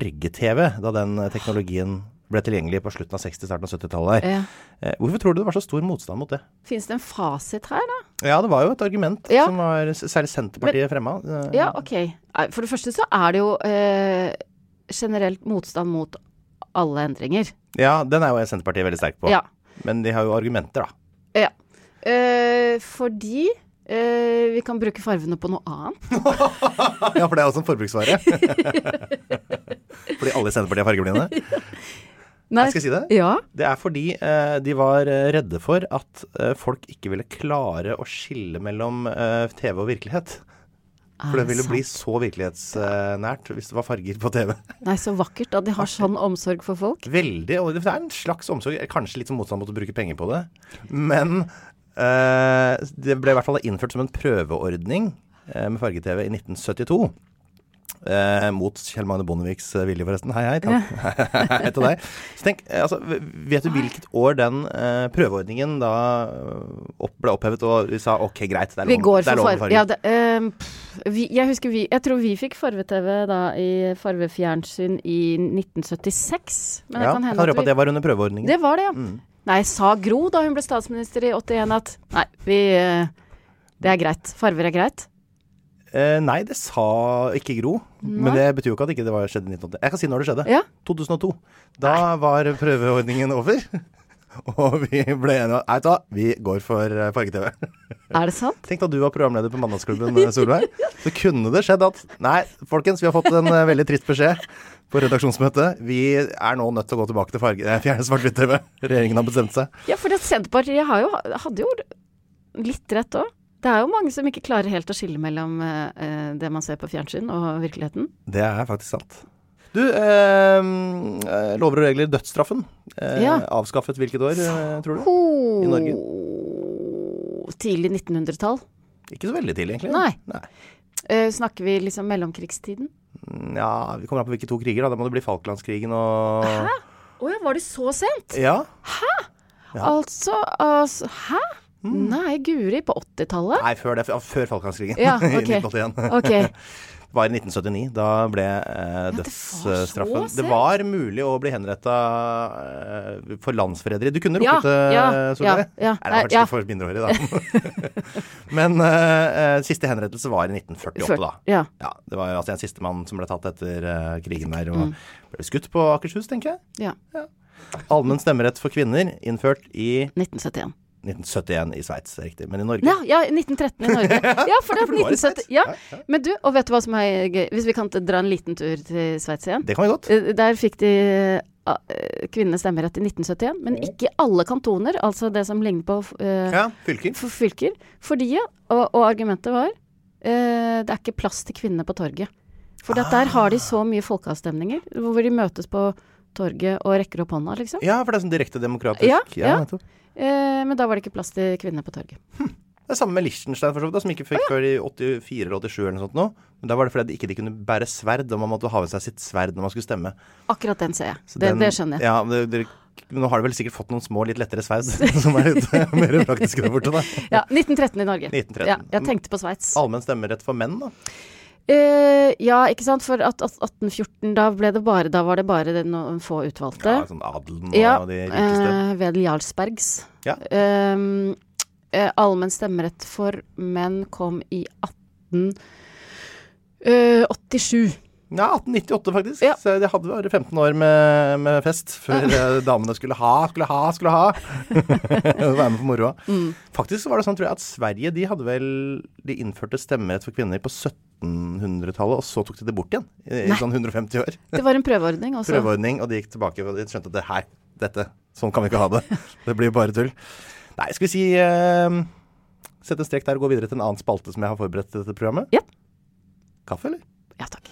Speaker 1: farge-TV da den teknologien ble tilgjengelig på slutten av 60-, starten av 70-tallet. her.
Speaker 2: ja.
Speaker 1: Eh, hvorfor tror du det var så stor motstand mot det?
Speaker 2: Fins det en fasit her, da?
Speaker 1: Ja, det var jo et argument
Speaker 2: Ja.
Speaker 1: som var s- særlig Senterpartiet fremma. Eh,
Speaker 2: Ja, ok. Nei, For det første så er det jo eh, generelt motstand mot alle endringer.
Speaker 1: ja, den er jo Senterpartiet veldig sterk på.
Speaker 2: Ja.
Speaker 1: Men de har jo argumenter, da.
Speaker 2: ja. Eh, fordi eh, vi kan bruke farvene på noe annet.
Speaker 1: Ja, for det er også en forbruksvare. fordi alle i Senterpartiet er fargeblinde.
Speaker 2: Nei,
Speaker 1: skal jeg si det?
Speaker 2: Ja.
Speaker 1: Det er fordi eh, de var eh, redde for at eh, folk ikke ville klare å skille mellom eh, TV og virkelighet.
Speaker 2: Ah,
Speaker 1: For det ville bli så virkelighetsnært hvis det var farger på TV.
Speaker 2: Nei, så vakkert at de har sånn omsorg for folk.
Speaker 1: Veldig. Og det er en slags omsorg, kanskje litt som motstand mot å bruke penger på det. Men eh, det ble i hvert fall innført som en prøveordning eh, med farge-TV i 1972. Eh, mot Kjell Magne Bondeviks eh, vilje, forresten. Hei, hei. Takk. (laughs) hei til deg. Så tenk, eh, altså, v- Vet du hvilket år den eh, prøveordningen da eh, opp, ble opphevet, og vi sa ok, greit, det er
Speaker 2: Vi
Speaker 1: lov
Speaker 2: går
Speaker 1: det er
Speaker 2: for
Speaker 1: lov med
Speaker 2: farve. Ja, det, ehm, pff, vi, jeg husker vi Jeg tror vi fikk farve-TV da i farvefjernsyn i 1976. Men det
Speaker 1: Ja,
Speaker 2: kan
Speaker 1: jeg
Speaker 2: hende
Speaker 1: kan røpe
Speaker 2: at
Speaker 1: at
Speaker 2: vi
Speaker 1: det var Mm. under prøveordningen.
Speaker 2: Det var det, ja. Nei, sa Gro da hun ble statsminister i 81 at nei, vi eh, Det er greit. Farver er greit.
Speaker 1: Eh, nei, det sa ikke Gro. Men det betyr jo ikke at ikke det var skjedde i 1980. Jeg kan si når det skjedde.
Speaker 2: Ja.
Speaker 1: 2002. Da var prøveordningen over. (laughs) Og vi ble enige om Nei, vet du hva, vi går for eh, farge-TV.
Speaker 2: Er det sant?
Speaker 1: (laughs) Tenk da du var programleder på Mandagsklubben, eh, Solveig. Så kunne det skjedd at Nei, folkens, vi har fått en eh, veldig trist beskjed på redaksjonsmøtet. Vi er nå nødt til å gå tilbake til farge... eh, Fjerne svart-hvitt-TV. (laughs) Regjeringen har bestemt seg.
Speaker 2: Ja, for det Senterpartiet har jo, hadde jo litt rett òg. Det er jo mange som ikke klarer helt å skille mellom eh, eh, det man ser på fjernsyn og virkeligheten.
Speaker 1: Det er faktisk sant. Du, eh, eh, lover og regler, dødsstraffen. Eh,
Speaker 2: Ja.
Speaker 1: Avskaffet hvilket år, eh, tror du?
Speaker 2: I
Speaker 1: Norge?
Speaker 2: Tidlig 1900-tall.
Speaker 1: Ikke så veldig tidlig, egentlig.
Speaker 2: Nei.
Speaker 1: Nei.
Speaker 2: Eh, snakker vi liksom mellomkrigstiden?
Speaker 1: Ja, vi kommer an på hvilke to kriger, da. Da må det bli Falklandskrigen og
Speaker 2: Å ja, var det så sent?
Speaker 1: Ja.
Speaker 2: Altså, altså Hæ? Nei, guri, på 80-tallet?
Speaker 1: Nei, før det. f- Før Falklandskrigen.
Speaker 2: Ja,
Speaker 1: (laughs) I
Speaker 2: ok.
Speaker 1: 1981.
Speaker 2: (laughs) Ok.
Speaker 1: Det var i 1979. Da ble eh,
Speaker 2: det var så
Speaker 1: dødsstraffen det,
Speaker 2: sent.
Speaker 1: var mulig å bli henretta eh, for landsforræderi. Du kunne
Speaker 2: Ja,
Speaker 1: rukket det,
Speaker 2: ja,
Speaker 1: Solveig.
Speaker 2: ja, ja.
Speaker 1: Nei, det var
Speaker 2: Nei,
Speaker 1: kanskje
Speaker 2: ja.
Speaker 1: ikke for mindreårige, da. (laughs) Men eh, eh, siste henrettelse var i 1948, da.
Speaker 2: Ja.
Speaker 1: Ja, det var jo altså en sistemann som ble tatt etter eh, krigen der, og ble skutt på Akershus, tenker jeg.
Speaker 2: Mm. ja.
Speaker 1: Allmenn stemmerett for kvinner innført i
Speaker 2: 1971.
Speaker 1: 1971 i Sveits, riktig. Men i Norge
Speaker 2: Ja, ja, 1913 i Norge. (laughs) Ja, for det er
Speaker 1: for det var i
Speaker 2: 1970.
Speaker 1: Sveits.
Speaker 2: Ja. Men du, og vet du hva som er gøy? Hvis vi kan dra en liten tur til Sveits igjen?
Speaker 1: Det kan vi godt.
Speaker 2: Eh, Der fikk de ah, eh, kvinnene stemmerett i 1971, men ikke i alle kantoner, altså det som ligner på eh,
Speaker 1: Ja, fylker.
Speaker 2: for fylker. Fordi, og, og argumentet var, eh, det er ikke plass til kvinnene på torget. For at der har de
Speaker 1: Ah.
Speaker 2: så mye folkeavstemninger, hvor de møtes på torget og rekker opp hånda, liksom.
Speaker 1: Ja, for det er sånn direkte demokratisk.
Speaker 2: Ja, ja.
Speaker 1: nettopp.
Speaker 2: Eh, men da var det ikke plass til kvinnene på torget.
Speaker 1: Det er samme med Liechtenstein, for så vidt, da, som ikke fikk før i 84 eller 87 eller noe sånt nå. Men da var det fordi de ikke de kunne bære sverd, og man måtte ha med seg sitt sverd når man skulle stemme.
Speaker 2: Akkurat den ser jeg.
Speaker 1: Så
Speaker 2: det,
Speaker 1: den-
Speaker 2: det skjønner jeg.
Speaker 1: Ja, men det, dere- men nå har de vel sikkert fått noen små, litt lettere
Speaker 2: (laughs)
Speaker 1: sverd, (laughs) som er litt mer praktiske der borte, da.
Speaker 2: Ja, 1913 i Norge.
Speaker 1: 1913.
Speaker 2: Ja, jeg tenkte på Sveits.
Speaker 1: Allmenn stemmerett for menn, da.
Speaker 2: Eh, ja, ikke sant. For at, at 1814, da ble det bare Da var det bare det noen få utvalgte.
Speaker 1: Ja, sånn adelen og
Speaker 2: Ja,
Speaker 1: de rikeste.
Speaker 2: eh, ved Jarlsbergs.
Speaker 1: Ja.
Speaker 2: Ehm, eh, allmenn stemmerett for menn kom i eh, 1887.
Speaker 1: Ja, 1898 faktisk.
Speaker 2: Ja.
Speaker 1: Så det hadde vært 15 år med, med fest før eh, damene skulle ha, skulle ha, skulle ha. (laughs) Være med på moroa. Faktisk så var det sånn, tror jeg, at Sverige de hadde vel De innførte stemmerett for kvinner på 1700-tallet, og så tok de det bort igjen. I, i sånn 150 år.
Speaker 2: Det var en prøveordning altså. også.
Speaker 1: Prøveordning, og de gikk tilbake og de skjønte at det her, dette, sånn kan vi ikke ha
Speaker 2: (laughs)
Speaker 1: det. Det blir bare tull. Nei, skal vi si eh, Sette en strek der og gå videre til en annen spalte som jeg har forberedt til dette programmet.
Speaker 2: Ja.
Speaker 1: Kaffe, eller?
Speaker 2: Ja takk.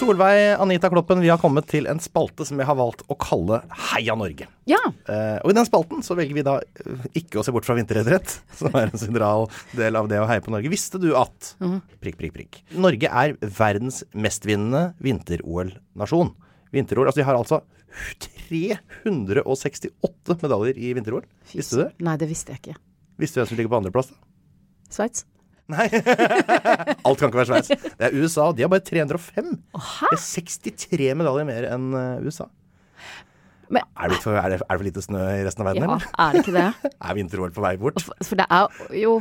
Speaker 1: Solveig Anita Kloppen, vi har kommet til en spalte som jeg har valgt å kalle Heia Norge.
Speaker 2: Ja.
Speaker 1: Eh, og i den spalten så velger vi da eh, ikke å se bort fra vinteridrett, (laughs) som er en sentral del av det å heie på Norge. Visste du at prikk, prikk, prikk. Norge er verdens mestvinnende vinter-OL-nasjon. Vinter-OL, altså De har altså 368 medaljer i vinter-OL. Visste du det?
Speaker 2: Nei, det visste jeg ikke.
Speaker 1: Visste du hvem som ligger på andreplass? da?
Speaker 2: Sveits?
Speaker 1: Nei. Alt kan ikke være Sveits. Det er USA. og De har bare 305. Det er 63 medaljer mer enn eh, USA.
Speaker 2: Men-
Speaker 1: er, det for, er, det, er det for lite snø i resten av verden,
Speaker 2: Ja,
Speaker 1: eller? (laughs)
Speaker 2: er det ikke det?
Speaker 1: Er vinter-OL på vei bort?
Speaker 2: For- For det er jo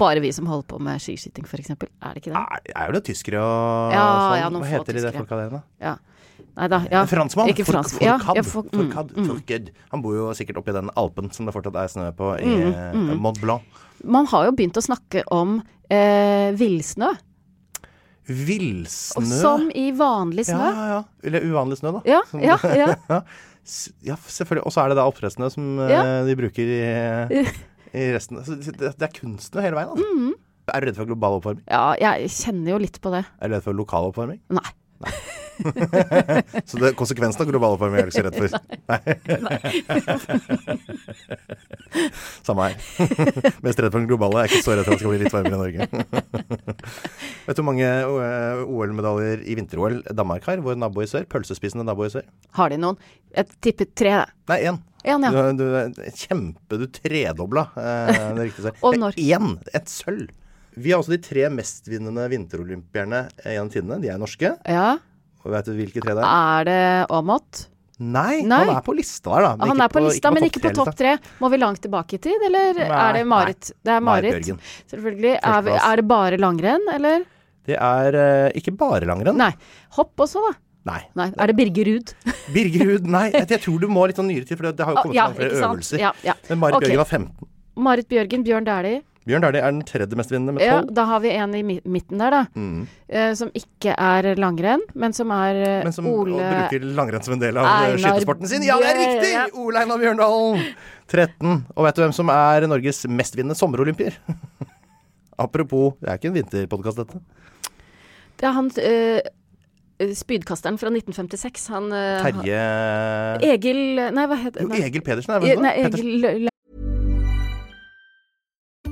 Speaker 2: bare vi som holder på med skiskyting, f.eks. Er det ikke det?
Speaker 1: Er, er jo det tyskere og
Speaker 2: Ja,
Speaker 1: sånn?
Speaker 2: ja, noen
Speaker 1: Hva
Speaker 2: få
Speaker 1: heter de der
Speaker 2: tyskere.
Speaker 1: folka der, da?
Speaker 2: Ja. Nei da. Ja.
Speaker 1: En franskmann?
Speaker 2: Ikke
Speaker 1: For-
Speaker 2: fransk. Ja,
Speaker 1: Fourcade.
Speaker 2: ja, for- mm,
Speaker 1: Fourcade. Fourcade. Han bor jo sikkert oppi den alpen som det fortsatt er snø på, i
Speaker 2: Mm,
Speaker 1: eh, Mont Blanc.
Speaker 2: Man har jo begynt å snakke om eh, villsnø.
Speaker 1: Villsnø?
Speaker 2: og Som i vanlig
Speaker 1: Ja,
Speaker 2: snø.
Speaker 1: ja, ja. Eller uvanlig snø, da.
Speaker 2: Ja, ja, ja.
Speaker 1: Ja, s- ja selvfølgelig. Og så er det da oppdrettsnø som eh,
Speaker 2: Ja.
Speaker 1: de bruker i, i resten. Så det, det er kunstnø hele veien, altså.
Speaker 2: Mm.
Speaker 1: Er du redd for global oppvarming?
Speaker 2: Ja, jeg kjenner jo litt på det.
Speaker 1: Er du redd for lokal oppvarming?
Speaker 2: Nei.
Speaker 3: Så det, konsekvensen av global oppvarming er du ikke så redd for?
Speaker 1: Samme her. (laughs)
Speaker 3: Mest redd for den globale. Jeg er ikke så redd for at det skal bli litt varmere i Norge.
Speaker 1: (laughs) Vet du hvor mange eh, OL-medaljer i vinter-OL Danmark har? Vår nabo i sør. Pølsespisende nabo i sør.
Speaker 2: Har de noen? Jeg tipper tre, da.
Speaker 1: Nei, én.
Speaker 2: En, ja.
Speaker 1: Du, du, kjempe, du tredobla eh, det riktige svar.
Speaker 2: Og når?
Speaker 1: Én! Et sølv. Vi har også de tre mestvinnende vinterolympierne eh, gjennom tidene. De er norske.
Speaker 2: ja.
Speaker 1: Og vet du hvilke tre det er?
Speaker 2: Er det Aamodt?
Speaker 1: Nei,
Speaker 2: Nei.
Speaker 1: han er på lista der, da. men
Speaker 2: Han
Speaker 1: ikke
Speaker 2: er på lista, men ikke på topp
Speaker 1: tre-lista.
Speaker 2: tre. Må vi langt tilbake i tid, eller
Speaker 1: liksom. Nei,
Speaker 2: er det Marit? Det er
Speaker 1: Marit
Speaker 2: Marit.
Speaker 1: Bjørgen.
Speaker 2: Selvfølgelig. Er, vi,
Speaker 1: Førsteplass.
Speaker 2: er det bare langrenn, eller?
Speaker 1: Det er eh, ikke bare langrenn.
Speaker 2: Nei. Hopp også, da.
Speaker 1: Nei.
Speaker 2: Nei. Er det
Speaker 1: (laughs)
Speaker 2: Birger Ruud?
Speaker 1: Birgerud, nei. Jeg tror du må litt sånn nyere tid, for det, det har jo
Speaker 2: Ah,
Speaker 1: kommet
Speaker 2: ja,
Speaker 1: fram flere
Speaker 2: ikke sant.
Speaker 1: øvelser.
Speaker 2: Ja, ja.
Speaker 1: Men Marit
Speaker 2: Ok.
Speaker 1: Bjørgen var 15.
Speaker 2: Marit Bjørgen, Bjørn Dæhlie.
Speaker 1: Bjørn Dæhlie er den tredje mestvinnende med
Speaker 2: Ja,
Speaker 1: 12.
Speaker 2: da har vi en i mi- midten der, da.
Speaker 1: Mm.
Speaker 2: Eh, som ikke er langrenn, men som er eh,
Speaker 1: Men som og
Speaker 2: Ole
Speaker 1: bruker langrenn som en del av
Speaker 2: Einar
Speaker 1: eh, skytesporten sin. Ja, det er
Speaker 2: Bjør-
Speaker 1: riktig!
Speaker 2: ja.
Speaker 1: Ole Einar Bjørndalen. 13. Og vet du hvem som er Norges mestvinnende sommerolympier? (laughs) Apropos, det er ikke en vinterpodkast, dette.
Speaker 2: Det er han eh, spydkasteren fra 1956. Han eh,
Speaker 1: Terje
Speaker 2: han- Egil Nei, hva heter
Speaker 1: Jo,
Speaker 2: nei.
Speaker 1: Egil Pedersen er
Speaker 2: E-
Speaker 1: vel
Speaker 2: Nei,
Speaker 1: det? Pettersen.
Speaker 2: Egil Lø-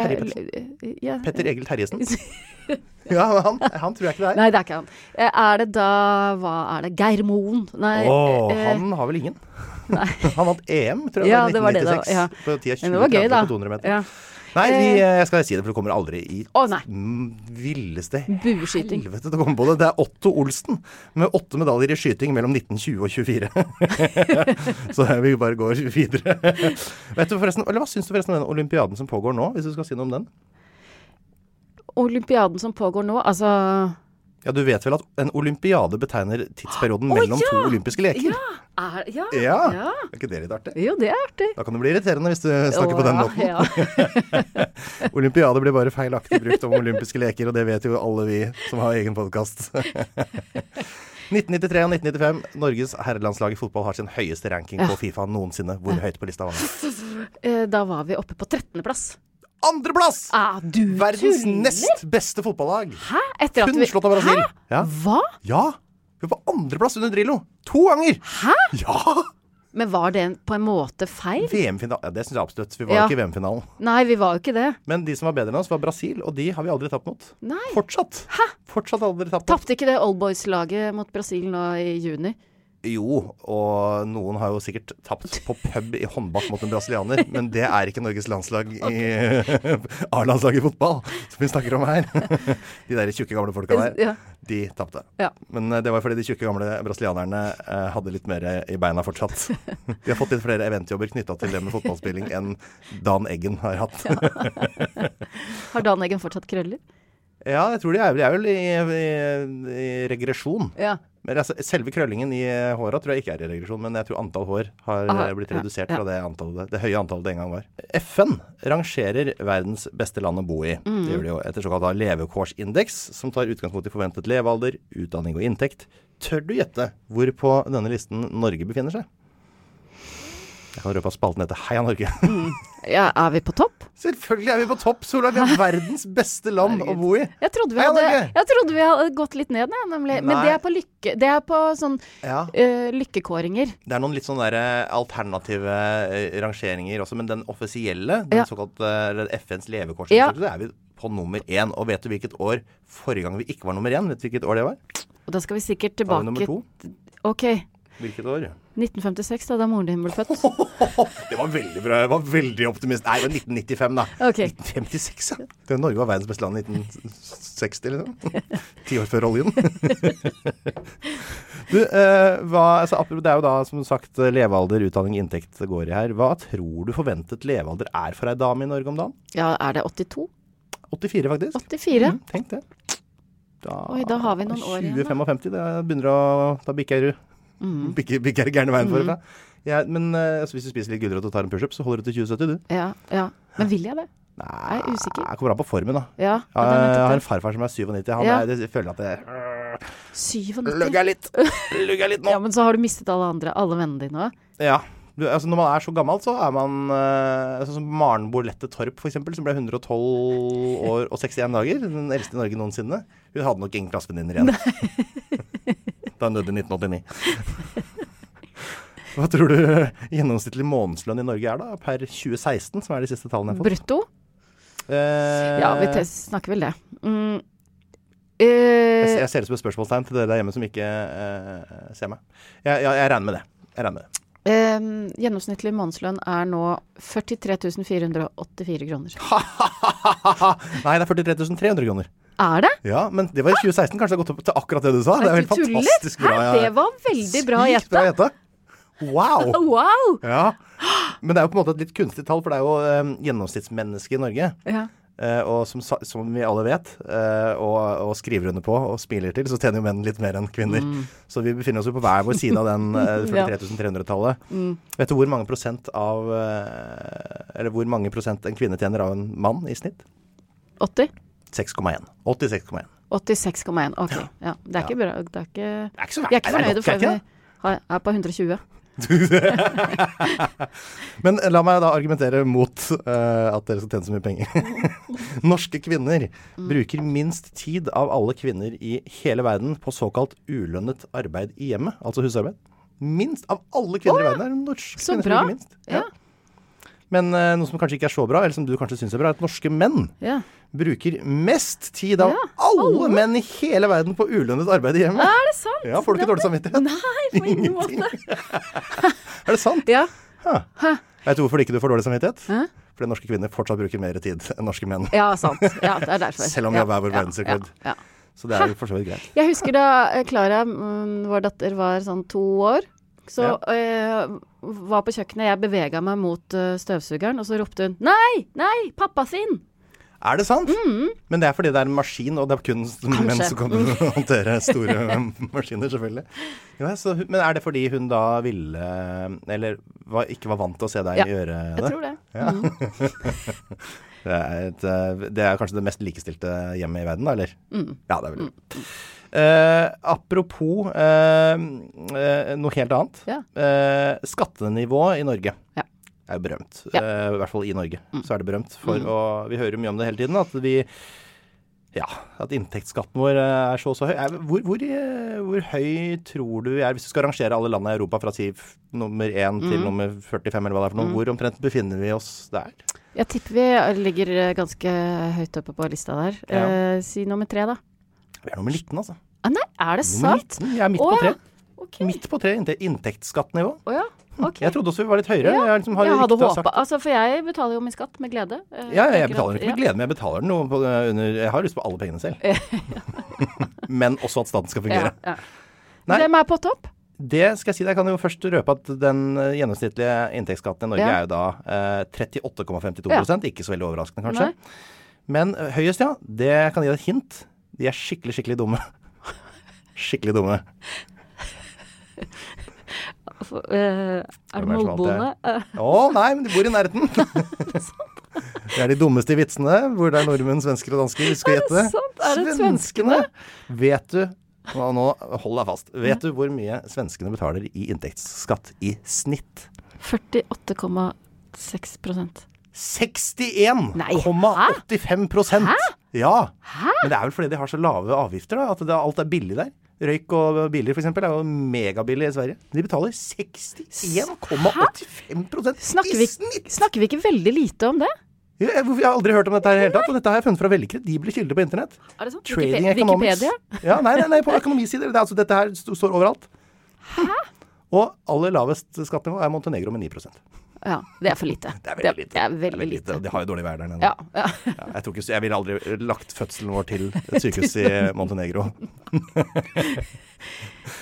Speaker 1: Terje Pettersen.
Speaker 2: Eh, ja.
Speaker 1: Petter Egil
Speaker 2: (laughs)
Speaker 1: Terjesen. Ja, men han, han tror jeg ikke det er.
Speaker 2: Nei, det er ikke han. Eh, Er det da Hva er det? Geir Moen? Nei.
Speaker 1: Å,
Speaker 2: eh, (laughs)
Speaker 1: han har vel ingen? Han vant EM, tror jeg,
Speaker 2: Ja,
Speaker 1: i
Speaker 2: det var det da,
Speaker 1: 1996.
Speaker 2: ja.
Speaker 1: På 10,
Speaker 2: Men det var gøy, da.
Speaker 1: På 200 meter.
Speaker 2: Ja.
Speaker 1: Nei, vi,
Speaker 2: Eh.
Speaker 1: eh, jeg skal si det, for du kommer aldri i
Speaker 2: Å, nei.
Speaker 1: m- villeste
Speaker 2: Bueskyting.
Speaker 1: helvete til å komme på det. Det er Otto Olsen med åtte medaljer i skyting mellom 1920 og 24. (laughs) Så vi bare går videre. Vet du forresten, eller Hva syns du forresten om den olympiaden som pågår nå, hvis du skal si noe om den?
Speaker 2: Olympiaden som pågår nå, altså
Speaker 1: Ja, Du vet vel at en olympiade betegner tidsperioden mellom to olympiske leker?
Speaker 2: er, ja,
Speaker 1: Ja. Er ikke det litt artig?
Speaker 2: Jo, det er artig.
Speaker 1: Da kan det bli irriterende hvis du snakker på den
Speaker 2: Å, (laughs)
Speaker 1: måten.
Speaker 2: ja, ja.
Speaker 1: Olympiade blir bare feilaktig brukt om olympiske leker, og det vet jo alle vi som har egen (laughs) podkast. 1993 og 1995. Norges herrelandslag i fotball har sin høyeste ranking på Fifa noensinne. Hvor høyt på lista var det?
Speaker 2: Eh, Da var vi oppe på 13.-plass.
Speaker 1: Andreplass!
Speaker 2: Ah, du
Speaker 1: Verdens
Speaker 2: tuller!
Speaker 1: nest beste fotballag.
Speaker 2: Hæ? Etter at
Speaker 1: Kun
Speaker 2: vi
Speaker 1: slått av Brasil.
Speaker 2: Hæ?
Speaker 1: Ja.
Speaker 2: Hva?
Speaker 1: ja. Vi var på andreplass under Drillo. To ganger! Hæ? Ja! (laughs)
Speaker 2: Men var det en- på en måte feil?
Speaker 1: VM-finalen. Ja, det syns jeg absolutt. Vi var
Speaker 2: Ja.
Speaker 1: ikke i VM-finalen.
Speaker 2: Nei, vi var jo ikke det.
Speaker 1: Men de som var bedre enn oss, var Brasil, og de har vi aldri tapt mot.
Speaker 2: Nei.
Speaker 1: Fortsatt. Fortsatt aldri tapt mot.
Speaker 2: Tapte ikke det Oldboys-laget mot Brasil nå i juni?
Speaker 1: Jo, og noen har jo sikkert tapt på pub i håndbak mot en brasilianer, men det er ikke Norges landslag i (laughs) A-landslaget i fotball, som vi snakker om her. (laughs) De der tjukke gamle folka
Speaker 2: Ja.
Speaker 1: der, de tapte.
Speaker 2: Ja.
Speaker 1: Men eh, det var fordi de tjukke gamle brasilianerne eh, hadde litt mer i beina fortsatt. De har fått litt flere eventjobber knytta til det med fotballspilling enn Dan Eggen har hatt. (laughs)
Speaker 2: Har Dan Eggen fortsatt krøller?
Speaker 1: Ja, jeg tror de er, de er vel i, i, i regresjon.
Speaker 2: Ja.
Speaker 1: Men altså, selve krøllingen i eh, håra tror jeg ikke er i regresjon, men jeg tror antall hår har
Speaker 2: Aha,
Speaker 1: eh, blitt
Speaker 2: ja,
Speaker 1: redusert
Speaker 2: ja.
Speaker 1: fra det, antallet, det høye antallet det en gang var. FN rangerer verdens beste land å bo i.
Speaker 2: Mm.
Speaker 1: Det gjør de jo etter såkalt da levekårsindeks, som tar utgangspunkt i forventet levealder, utdanning og inntekt. Tør du gjette hvor på denne listen Norge befinner seg? Jeg kan røpe at spalten heter Heia Norge.
Speaker 2: (laughs) Ja, er vi på topp?
Speaker 1: Selvfølgelig er vi på topp, Solveig. Vi er verdens beste land å bo i.
Speaker 2: Jeg trodde vi
Speaker 1: Heia
Speaker 2: hadde,
Speaker 1: Norge!
Speaker 2: jeg trodde vi hadde gått litt ned, jeg, nemlig. Men
Speaker 1: Nei.
Speaker 2: det er på lykke... Det er på sånn
Speaker 1: Ja.
Speaker 2: eh, lykkekåringer.
Speaker 1: Det er noen litt sånne der eh, alternative eh, rangeringer også, men den offisielle, den
Speaker 2: Ja.
Speaker 1: såkalt eh, eller FNs
Speaker 2: Ja.
Speaker 1: levekårsundersøkelse, er vi på nummer én. Og vet du hvilket år forrige gang vi ikke var nummer én? Vet du hvilket år det var?
Speaker 2: Og da skal vi sikkert
Speaker 1: Var
Speaker 2: tilbake
Speaker 1: det nummer to?
Speaker 2: Ok.
Speaker 1: Hvilket år?
Speaker 2: 1956, da, da moren din ble født.
Speaker 1: (laughs) Det var veldig bra. Jeg var veldig optimist. Nei, det var 1995, da.
Speaker 2: Ok.
Speaker 1: (laughs) 1956, ja. Det var Norge var verdens beste land i 1960, liksom. Ti år før oljen. (laughs) du, eh, hva, altså, apropos- det er jo da som sagt levealder, utdanning, inntekt det går i her. Hva tror du forventet levealder er for ei dame i Norge om dagen?
Speaker 2: Ja, er det 82?
Speaker 1: 84, faktisk.
Speaker 2: 84?
Speaker 1: Mm, tenk det. Da,
Speaker 2: Oi, da har vi noen år igjen, da. Mm.
Speaker 1: 20-55, da begynner å Da bikker du bikker, bikker det gærne veien for deg. Ja, men eh, altså, hvis du spiser litt gulrot og tar en pushup, så holder du til 2070, du.
Speaker 2: Ja, ja. Men vil jeg det?
Speaker 1: Nei,
Speaker 2: Jeg er usikker.
Speaker 1: Jeg kommer an på formen, da.
Speaker 2: Ja. ja,
Speaker 1: Jeg
Speaker 2: det er
Speaker 1: har en
Speaker 2: nettopp det.
Speaker 1: farfar som er 97. Han
Speaker 2: Ja.
Speaker 1: er, jeg føler at jeg
Speaker 2: 97.
Speaker 1: lugger litt. Lugger litt nå.
Speaker 2: (laughs) Ja, men så har du mistet alle andre, alle vennene dine òg.
Speaker 1: Ja. Du, altså når man er så gammel, så er man eh, Sånn som Maren Bolette Torp, f.eks., som ble 112 år og 61 dager. Den eldste i Norge noensinne. Hun hadde nok ingen klassevenninner igjen. (laughs) da hun døde i 1989. (laughs) Hva tror du gjennomsnittlig månedslønn i Norge er da, per 2016, som er de siste tallene jeg har fått?
Speaker 2: Brutto?
Speaker 1: Eh,
Speaker 2: Ja, vi tes- snakker vel det. Mm.
Speaker 1: Jeg,
Speaker 2: Eh,
Speaker 1: jeg ser det som et spørsmålstegn til dere der hjemme som ikke eh, ser meg. Jeg, jeg, jeg regner med det. Jeg regner med det.
Speaker 2: eh, gjennomsnittlig månedslønn er nå 43 484 kroner.
Speaker 1: (laughs) Nei, det er 43 300 kroner.
Speaker 2: Er det?
Speaker 1: Ja, men det var i 2016. Kanskje det har gått opp til akkurat det du sa? Det er
Speaker 2: Nei,
Speaker 1: vel
Speaker 2: du tuller?
Speaker 1: fantastisk bra.
Speaker 2: Hæ,
Speaker 1: ja.
Speaker 2: det var veldig bra
Speaker 1: Sykt
Speaker 2: gjetta.
Speaker 1: gjetta. (laughs) Wow!
Speaker 2: Oh, Wow!
Speaker 1: Ja. Men det er jo på en måte et litt kunstig tall, for det er jo eh, gjennomsnittsmennesket i Norge.
Speaker 2: Ja.
Speaker 1: Eh, og som, sa- som vi alle vet, eh, og, og skriver under på og smiler til, så tjener jo menn litt mer enn kvinner. Så vi befinner oss jo på hver vår side av den eh, 43300-tallet. Vet du hvor mange prosent av eh, Eller hvor mange prosent en kvinne tjener av en mann i snitt?
Speaker 2: 80?
Speaker 1: 6,1. 86,1.
Speaker 2: 86,1. Ok. Ja, det er ikke bra. Det er ikke,
Speaker 1: er ikke så
Speaker 2: vi er ikke
Speaker 1: verst. Det er
Speaker 2: fornøyde
Speaker 1: nok,
Speaker 2: før
Speaker 1: er ikke
Speaker 2: vi har- er på 120.
Speaker 1: (laughs) Men la meg da argumentere mot eh, at dere skal tjene så mye penger. (laughs) Norske kvinner
Speaker 2: Mm.
Speaker 1: bruker minst tid av alle kvinner i hele verden på såkalt ulønnet arbeid i hjemmet, altså husarbeid. Minst av alle kvinner i verden er det norske
Speaker 2: Så
Speaker 1: kvinner som
Speaker 2: bra.
Speaker 1: bruker minst.
Speaker 2: Ja.
Speaker 1: Men eh, noe som kanskje ikke er så bra, eller som du kanskje syns er bra, er at norske menn
Speaker 2: Ja.
Speaker 1: bruker mest tid av
Speaker 2: Ja,
Speaker 1: alle
Speaker 2: alle.
Speaker 1: menn i hele verden på ulønnet arbeid i hjemmet.
Speaker 2: Er det sant?
Speaker 1: Ja, får du ikke dårlig samvittighet?
Speaker 2: Nei, på ingen måte.
Speaker 1: Er det sant?
Speaker 2: (laughs) Ja.
Speaker 1: Vet du hvorfor ikke du får dårlig samvittighet?
Speaker 2: Hæ?
Speaker 1: Fordi norske kvinner fortsatt bruker mer tid enn norske menn.
Speaker 2: ja, sant. Ja, det er derfor.
Speaker 1: Selv om vi
Speaker 2: ja.
Speaker 1: har hver vår verdensrekord.
Speaker 2: Ja, ja.
Speaker 1: Så det er jo for så vidt greit.
Speaker 2: Jeg husker da eh, Klara, mm, vår datter, var sånn to år. Så eh, var på kjøkkenet, jeg bevega meg mot eh, støvsugeren, og så ropte hun 'Nei! Nei! Pappa sin!'
Speaker 1: Er det sant?
Speaker 2: Mm.
Speaker 1: Men det er fordi det er en maskin, og det er kun menn som kan (laughs) håndtere store (laughs) maskiner, selvfølgelig. Ja, så, hun- men er det fordi hun da ville Eller var, ikke var vant til å se deg
Speaker 2: Ja,
Speaker 1: gjøre
Speaker 2: Jeg
Speaker 1: det?
Speaker 2: tror det.
Speaker 1: Ja. det, er et, eh, det er kanskje det mest likestilte hjemmet i verden, da, eller?
Speaker 2: Mm.
Speaker 1: Ja, det er vel det. Eh, apropos eh, eh, noe helt annet.
Speaker 2: Ja.
Speaker 1: Eh, skattenivået i Norge
Speaker 2: Ja.
Speaker 1: er jo berømt.
Speaker 2: Ja. Mm.
Speaker 1: Eh, I hvert fall i Norge så er det berømt. For å, vi hører mye om det hele tiden, at vi ja, at inntektsskatten vår eh, er så og så høy. Er- Hvor, hvor, eh, hvor høy tror du vi er, hvis du skal rangere alle landene i Europa fra si f- nummer 1
Speaker 2: Mm.
Speaker 1: til nummer 45, eller hva det er for noe, hvor omtrent befinner vi oss der?
Speaker 2: Jeg tipper vi ligger eh, ganske høyt oppe på lista der.
Speaker 1: Ja.
Speaker 2: Eh, si nummer tre, da.
Speaker 1: Vi er nummer 19, altså.
Speaker 2: Ah, nei, er det
Speaker 1: Nummer
Speaker 2: sant?
Speaker 1: 19. Jeg er midt
Speaker 2: Å,
Speaker 1: på tre.
Speaker 2: ja. Ok.
Speaker 1: Midt på tre innte- inntektsskattnivå.
Speaker 2: Å ja. Ok.
Speaker 1: Jeg trodde også vi var litt høyere. Jeg, liksom har
Speaker 2: jeg hadde
Speaker 1: ryktet og sagt-
Speaker 2: håpa Altså, for jeg betaler jo min skatt med glede. Eh,
Speaker 1: Ja, ja, jeg
Speaker 2: tenker
Speaker 1: betaler den
Speaker 2: at-
Speaker 1: ikke med glede, men jeg betaler den jo på, eh, under Jeg har lyst på alle pengene
Speaker 2: (laughs)
Speaker 1: selv. men også at staten skal
Speaker 2: Ja,
Speaker 1: fungere.
Speaker 2: ja.
Speaker 1: Nei.
Speaker 2: Hvem er på topp?
Speaker 1: Det skal jeg si deg. Jeg kan jo først røpe at den eh, gjennomsnittlige inntektsskatten i Norge
Speaker 2: Ja.
Speaker 1: er jo da eh, 38,52 Ikke så veldig overraskende, kanskje.
Speaker 2: Nei.
Speaker 1: Men eh, høyest, ja. Det kan gi deg et hint. De er (laughs) skikkelig, skikkelig dumme.
Speaker 3: Skikkelig dumme.
Speaker 2: (laughs) For, eh, er
Speaker 1: Hvem er
Speaker 2: det
Speaker 1: det som
Speaker 2: molboene?
Speaker 1: vant
Speaker 2: Eh,
Speaker 1: Å nei, men de bor i nærheten!
Speaker 2: (laughs)
Speaker 1: det er de dummeste vitsene, hvor det er nordmenn, svensker og dansker. Vi skal
Speaker 2: Er det
Speaker 1: gjette.
Speaker 2: sant? Er det
Speaker 1: Vet du og Nå hold deg fast. Vet du hvor mye svenskene betaler i inntektsskatt i snitt?
Speaker 2: 48,6 Nei,
Speaker 1: 61,85 Ja. Men det er vel fordi de har så lave avgifter, da, at det, alt er billig der. Røyk og biler f.eks. er jo megabillig i Sverige. De betaler 61,85
Speaker 2: Snakker
Speaker 1: i
Speaker 2: vi,
Speaker 1: snitt!
Speaker 2: snakker vi ikke veldig lite om det?
Speaker 1: Ja, Jeg, hvorfor- jeg har aldri hørt om dette her i hele tatt, og dette har jeg funnet fra veldig kilder på internett.
Speaker 2: Er det sant?
Speaker 1: Trading
Speaker 2: Wikipe-
Speaker 1: Economics.
Speaker 2: Wikipedia?
Speaker 1: Ja, nei, nei, nei på økonomisider. Det er, altså, dette her st- står overalt. Og aller lavest skattenivå er Montenegro med 9 Det
Speaker 2: Ja, det er for
Speaker 1: (laughs)
Speaker 2: lite.
Speaker 1: er veldig lite.
Speaker 2: Det er veldig lite.
Speaker 1: og De har jo dårlig vær der nede.
Speaker 2: Ja,
Speaker 1: (laughs)
Speaker 2: ja.
Speaker 1: Ja, jeg, tror ikke, jeg ville aldri lagt fødselen vår til et sykehus i
Speaker 2: (laughs)
Speaker 1: Montenegro.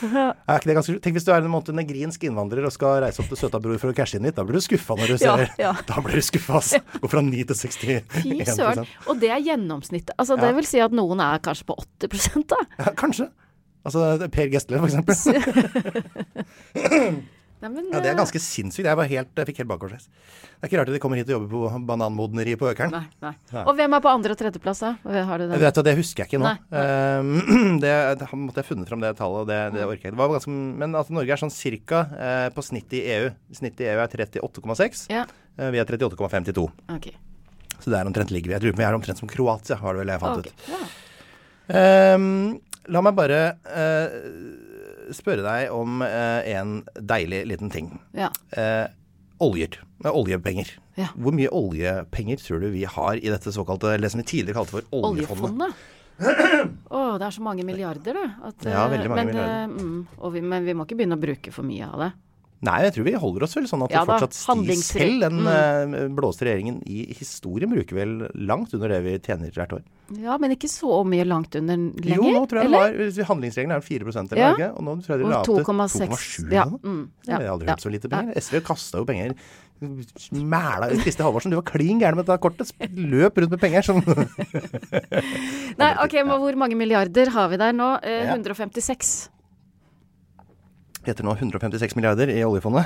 Speaker 1: er ikke det ganske sjukt? Tenk hvis du er en montenegrinsk innvandrer og skal reise opp til Søtabror for å cashe inn litt. Da blir du skuffa når du
Speaker 2: Ja,
Speaker 1: ser
Speaker 2: ja.
Speaker 1: (laughs) Da blir du skuffa, ass. Gå fra 9 til 61
Speaker 2: Fy søren. Og det er gjennomsnittet. Altså, Det vil si at noen er kanskje på 80 da.
Speaker 1: Ja, kanskje. Altså det er Per Gessle, for
Speaker 2: (laughs)
Speaker 1: eksempel.
Speaker 2: Nei, men,
Speaker 1: Ja, det
Speaker 2: eh,
Speaker 1: er ganske sinnssykt. Jeg, var helt, jeg fikk helt bakgårdsreis. Det er ikke rart at de kommer hit og jobber på bananmodneriet på Økeren.
Speaker 2: Nei, nei. Og hvem er på andre- og tredjeplass, da? Har du
Speaker 1: Jeg
Speaker 2: den?
Speaker 1: vet, at det husker jeg ikke nå.
Speaker 2: Nei, nei.
Speaker 1: Ehm, (clears throat) det, da måtte jeg funnet fram det tallet, og det, det orker jeg ikke. Det var ganske, men altså, Norge er sånn cirka eh, på snitt i EU. Snittet i EU er 38,6.
Speaker 2: Ja,
Speaker 1: Eh, vi er 38,52.
Speaker 2: ok.
Speaker 1: Så der omtrent ligger vi. Jeg tror vi er omtrent som Kroatia, var det vel jeg fant
Speaker 2: Ok,
Speaker 1: ut.
Speaker 2: Ja.
Speaker 1: Ehm, la meg bare eh, spørre deg om eh, en deilig liten ting.
Speaker 2: ja.
Speaker 1: Eh, oljer. Eh, oljepenger.
Speaker 2: Ja.
Speaker 1: Hvor mye oljepenger tror du vi har i dette såkalte, eller som vi tidligere kalte for oljefondet? (clears throat)
Speaker 2: Oljefondet. Å, det er så mange milliarder, du. At,
Speaker 1: Ja,
Speaker 2: eh,
Speaker 1: veldig mange
Speaker 2: men, eh,
Speaker 1: milliarder.
Speaker 2: mm, og vi, men vi må ikke begynne å bruke for mye av det.
Speaker 1: Nei, jeg tror vi holder oss vel sånn at
Speaker 2: Ja
Speaker 1: det
Speaker 2: da, Mm.
Speaker 1: fortsatt stis
Speaker 2: handlingsfri.
Speaker 1: selv. Den eh, blåste regjeringen i historien bruker vel langt under det vi tjener hvert år.
Speaker 2: Ja, men ikke så mye langt under lenger.
Speaker 1: jo, nå tror jeg
Speaker 2: eller?
Speaker 1: det var Handlingsregelen er 4 eller
Speaker 2: Ja.
Speaker 1: ikke? Og nå tror jeg de
Speaker 2: Og
Speaker 1: la opp til
Speaker 2: 2,6.
Speaker 1: 2,7
Speaker 2: Ja,
Speaker 1: nå.
Speaker 2: mm,
Speaker 1: Det har jeg
Speaker 2: ja,
Speaker 1: aldri
Speaker 2: ja,
Speaker 1: hørt så lite penger. SV kasta jo penger. Mæla ut Kristin Halvorsen, du var klin gæren med dette kortet. Sp- Løp rundt med penger som
Speaker 2: Nei, ok, men hvor mange milliarder har vi der nå? Eh,
Speaker 1: Ja.
Speaker 2: 156.
Speaker 1: heter nå 156 milliarder i
Speaker 2: (laughs)
Speaker 1: oljefondet.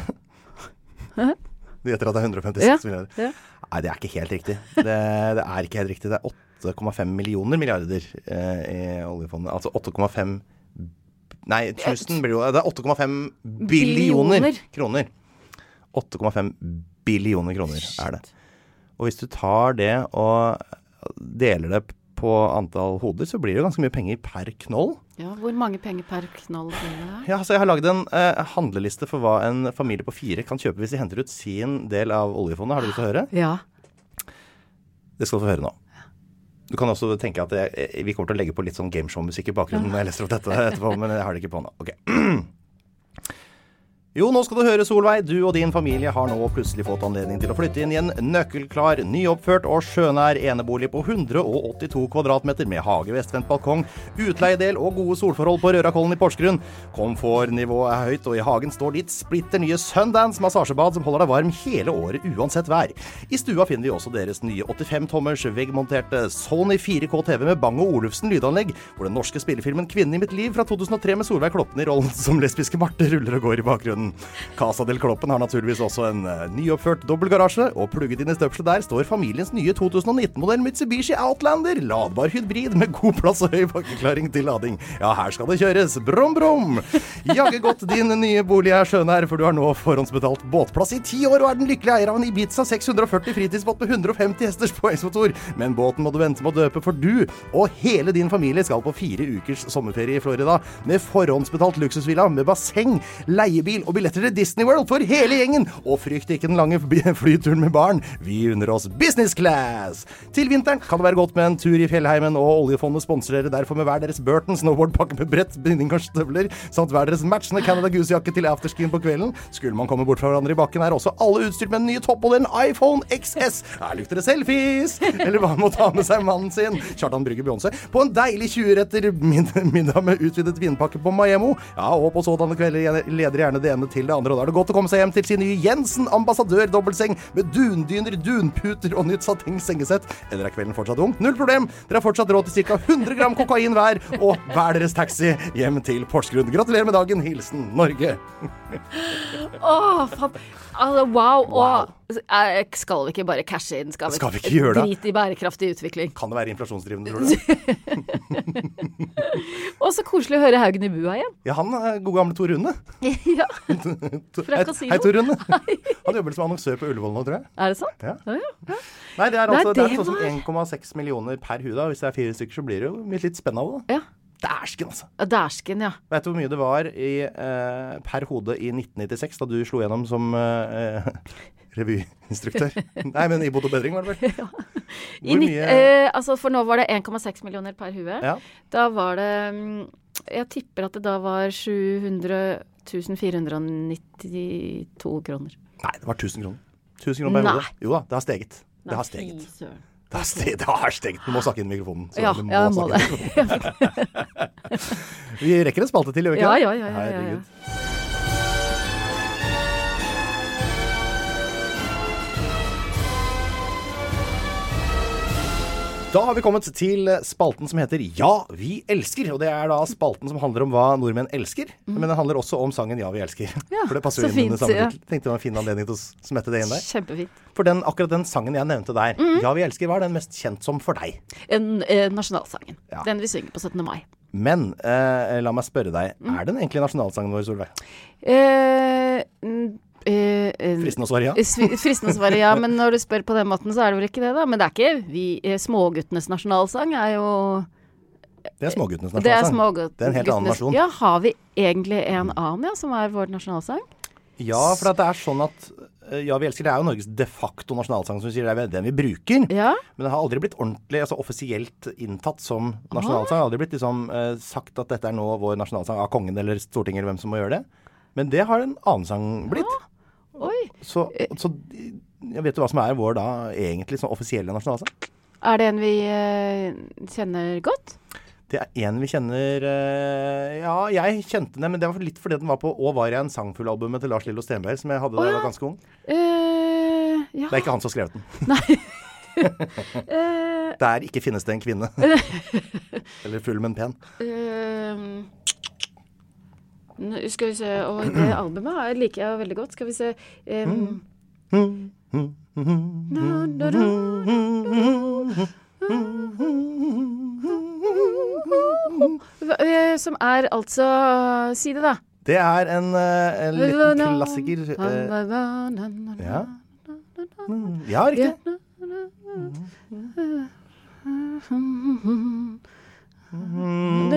Speaker 1: Du gjetter at det er 156
Speaker 2: Ja,
Speaker 1: milliarder.
Speaker 2: ja.
Speaker 1: Nei, det er ikke helt riktig. Det, det er ikke helt riktig. Det er 8,5 millioner milliarder eh, i oljefondet. Altså 8,5 Nei, 1000 blir jo Det er 8,5 billioner
Speaker 2: Billioner.
Speaker 1: kroner. 8,5 billioner kroner er det. Og hvis du tar det og deler det på antall hoder, så blir det jo ganske mye penger per knoll.
Speaker 2: Ja, hvor mange penger per knoll blir det?
Speaker 1: Ja, så jeg har lagd en eh, handleliste for hva en familie på fire kan kjøpe hvis de henter ut sin del av oljefondet. Har du lyst til å høre?
Speaker 2: Ja.
Speaker 1: Det skal du få høre nå. Du kan også tenke at jeg, eh, vi kommer til å legge på litt sånn gameshow-musikk i bakgrunnen når jeg leser opp dette etterpå, men jeg har det ikke på nå. Ok. Jo, nå skal du høre, Solveig. Du og din familie har nå plutselig fått anledning til å flytte inn i en nøkkelklar, nyoppført og sjønær enebolig på 182 kvadratmeter med hage, vestvendt balkong, utleiedel og gode solforhold på Rørakollen i Porsgrunn. Komfortnivået er høyt, og i hagen står ditt splitter nye Sundance massasjebad som holder deg varm hele året uansett vær. I stua finner vi også deres nye 85-tommers veggmonterte Sony 4K-TV med Bang og Olufsen lydanlegg, hvor den norske spillefilmen 'Kvinnen i mitt liv' fra 2003 med Solveig Kloppen i rollen som lesbiske Marte ruller og går i bakgrunnen. Casa del Kloppen har naturligvis også en eh, nyoppført dobbeltgarasje, og plugget inn i støpselet der står familiens nye 2019-modell Mitsubishi Outlander, ladbar hybrid med god plass og høy bakkeklaring til lading. Ja, her skal det kjøres, brom brom! Jaggu godt din nye bolig er skjønær, for du har nå forhåndsbetalt båtplass i ti år og er den lykkelige eier av en Ibiza 640 fritidsbåt med 150 hesters påhengsmotor. Men båten må du vente med å døpe, for du og hele din familie skal på fire ukers sommerferie i Florida med forhåndsbetalt luksusvilla med basseng, leiebil og billetter til Disney World for hele gjengen. Og frykt ikke den lange fly- flyturen med barn, vi unner oss business class! Til vinteren kan det være godt med en tur i fjellheimen, og oljefondet sponser dere derfor med hver deres Burton snowboardpakke med brett, binding og støvler, samt hver deres matchende Canada Goose-jakke til afterskien på kvelden. Skulle man komme bort fra hverandre i bakken, er også alle utstyrt med den nye toppmodellen iPhone XS. Her lukter det selfies! Eller hva med å ta med seg mannen sin, Kjartan Brygge Beyoncé, på en deilig 20-retter mid- middag med utvidet vinpakke på Maemmo? Ja, og på sådanne kvelder leder gjerne det ene ene til det andre, og da er det godt å komme seg hjem til sin nye Jensen ambassadør-dobbeltseng med dundyner, dunputer og nytt sateng-sengesett. Eller er kvelden fortsatt ung? Null problem! Dere har fortsatt råd til ca. 100 gram kokain hver, og hver deres taxi hjem til Porsgrunn. Gratulerer med dagen. Hilsen Norge.
Speaker 2: Åh, faen. Altså, wow. wow. skal vi ikke bare cashe inn? Skal vi,
Speaker 1: Skal vi ikke gjøre det?
Speaker 2: Drit i bærekraftig utvikling.
Speaker 1: Kan det være inflasjonsdrivende, tror du?
Speaker 2: Og så koselig å høre Haugen i bua igjen.
Speaker 1: Ja, han er gode gamle Tor Rune.
Speaker 2: (laughs)
Speaker 1: (laughs)
Speaker 2: ja.
Speaker 1: To-
Speaker 2: Fra
Speaker 1: Hei,
Speaker 2: Casino.
Speaker 1: Hei, Tor
Speaker 2: (laughs)
Speaker 1: Rune. Han jobber som annonsør på Ullevål nå, tror jeg.
Speaker 2: Er det sant?
Speaker 1: Ja.
Speaker 2: Ja, ja. ja.
Speaker 1: Nei, det er
Speaker 2: Nei,
Speaker 1: altså det er
Speaker 2: det
Speaker 1: sånn
Speaker 2: var-
Speaker 1: 1,6 millioner per hue, da. Hvis det er fire stykker, så blir det jo litt, litt spennende. da.
Speaker 2: ja.
Speaker 1: Dæsken, altså.
Speaker 2: Ja, Dæsken, ja.
Speaker 1: Vet du hvor mye det var i, eh, per hode i 1996, da du slo gjennom som eh, (laughs) revyinstruktør? Nei, men i Bot og bedring, var det
Speaker 2: (laughs)
Speaker 1: vel?
Speaker 2: I
Speaker 1: Hvor
Speaker 2: nitt-
Speaker 1: mye
Speaker 2: eh, altså, for nå var det 1,6 millioner per hue.
Speaker 1: Ja.
Speaker 2: Da var det mm, Jeg tipper at det da var 700 1492 kroner.
Speaker 1: Nei, det var 1000 kroner. 1000 kroner per
Speaker 2: Nei.
Speaker 1: hode. Jo da, det har steget. Det har steget.
Speaker 2: Fy søren.
Speaker 1: Det har steget. Det har steget. Du må snakke inn i mikrofonen. Så
Speaker 2: Ja,
Speaker 1: du
Speaker 2: ja, jeg må
Speaker 1: snakke inn
Speaker 2: det.
Speaker 1: i mikrofonen. (laughs) Vi rekker en spalte til, gjør vi ikke
Speaker 2: Ja,
Speaker 1: det?
Speaker 2: ja, ja, ja, ja, ja.
Speaker 1: Herregud. Da har vi kommet til spalten som heter Ja, vi elsker. Og det er da spalten som handler om hva nordmenn elsker. Men den handler også om sangen Ja, vi elsker.
Speaker 2: Mhm. Ja,
Speaker 1: For det passer
Speaker 2: så
Speaker 1: jo inn under
Speaker 2: fint,
Speaker 1: samme
Speaker 2: ja.
Speaker 1: tittel. Tenkte det var en fin anledning til å smette det inn der.
Speaker 2: Kjempefint.
Speaker 1: For den, akkurat den sangen jeg nevnte der,
Speaker 2: Mhm.
Speaker 1: Ja, vi elsker, hva er den mest kjent som for deg?
Speaker 2: En, eh, nasjonalsangen.
Speaker 1: Ja.
Speaker 2: Den vi synger på 17. mai.
Speaker 1: Men eh, la meg spørre deg,
Speaker 2: Mhm.
Speaker 1: er den egentlig nasjonalsangen vår, Solveig?
Speaker 2: Eh, n- eh, eh,
Speaker 1: Fristende å svare ja.
Speaker 2: Svi- Fristende å svare ja, men når du spør på den måten, så er det vel ikke det, da. Men det er ikke vi eh, Småguttenes nasjonalsang er jo
Speaker 1: Det er småguttenes
Speaker 2: Det er
Speaker 1: nasjonalsang.
Speaker 2: smågutt...
Speaker 1: Det er en helt annen
Speaker 2: guttenes-
Speaker 1: versjon.
Speaker 2: Ja, har vi egentlig en annen, ja, som er vår nasjonalsang?
Speaker 1: Ja, for at det er sånn at eh, Ja, vi elsker det er jo Norges de facto nasjonalsang, som du sier. Det er den vi bruker.
Speaker 2: Ja.
Speaker 1: Men det har aldri blitt ordentlig, altså offisielt inntatt som nasjonalsang. Det har aldri blitt liksom eh, sagt at dette er nå vår nasjonalsang av kongen eller Stortinget eller hvem som må gjøre det. Men det har en annen sang blitt.
Speaker 2: Oi.
Speaker 1: Så, så jeg vet jo hva som er vår da egentlig sånn offisielle nasjonalsang.
Speaker 2: Er det en vi eh, kjenner godt?
Speaker 1: Det er en vi kjenner eh, Ja, jeg kjente den, men det var litt fordi den var på Å var jeg en sangfull-albumet til Lars Lillo Stenberg, som jeg hadde da jeg var ganske ung.
Speaker 2: eh ja.
Speaker 1: Det er ikke han som har skrevet den. (laughs)
Speaker 2: Eh,
Speaker 1: Der ikke finnes det en kvinne. Eller full, men pen.
Speaker 2: ehm, nå skal vi se Og det albumet her liker jeg veldig godt. Skal vi se ehm, Na, na, na. Hva- eh, Som er altså Si det, da.
Speaker 1: Det er en, eh, en liten klassiker. eh, ja. Mm, ja, riktig. Mm,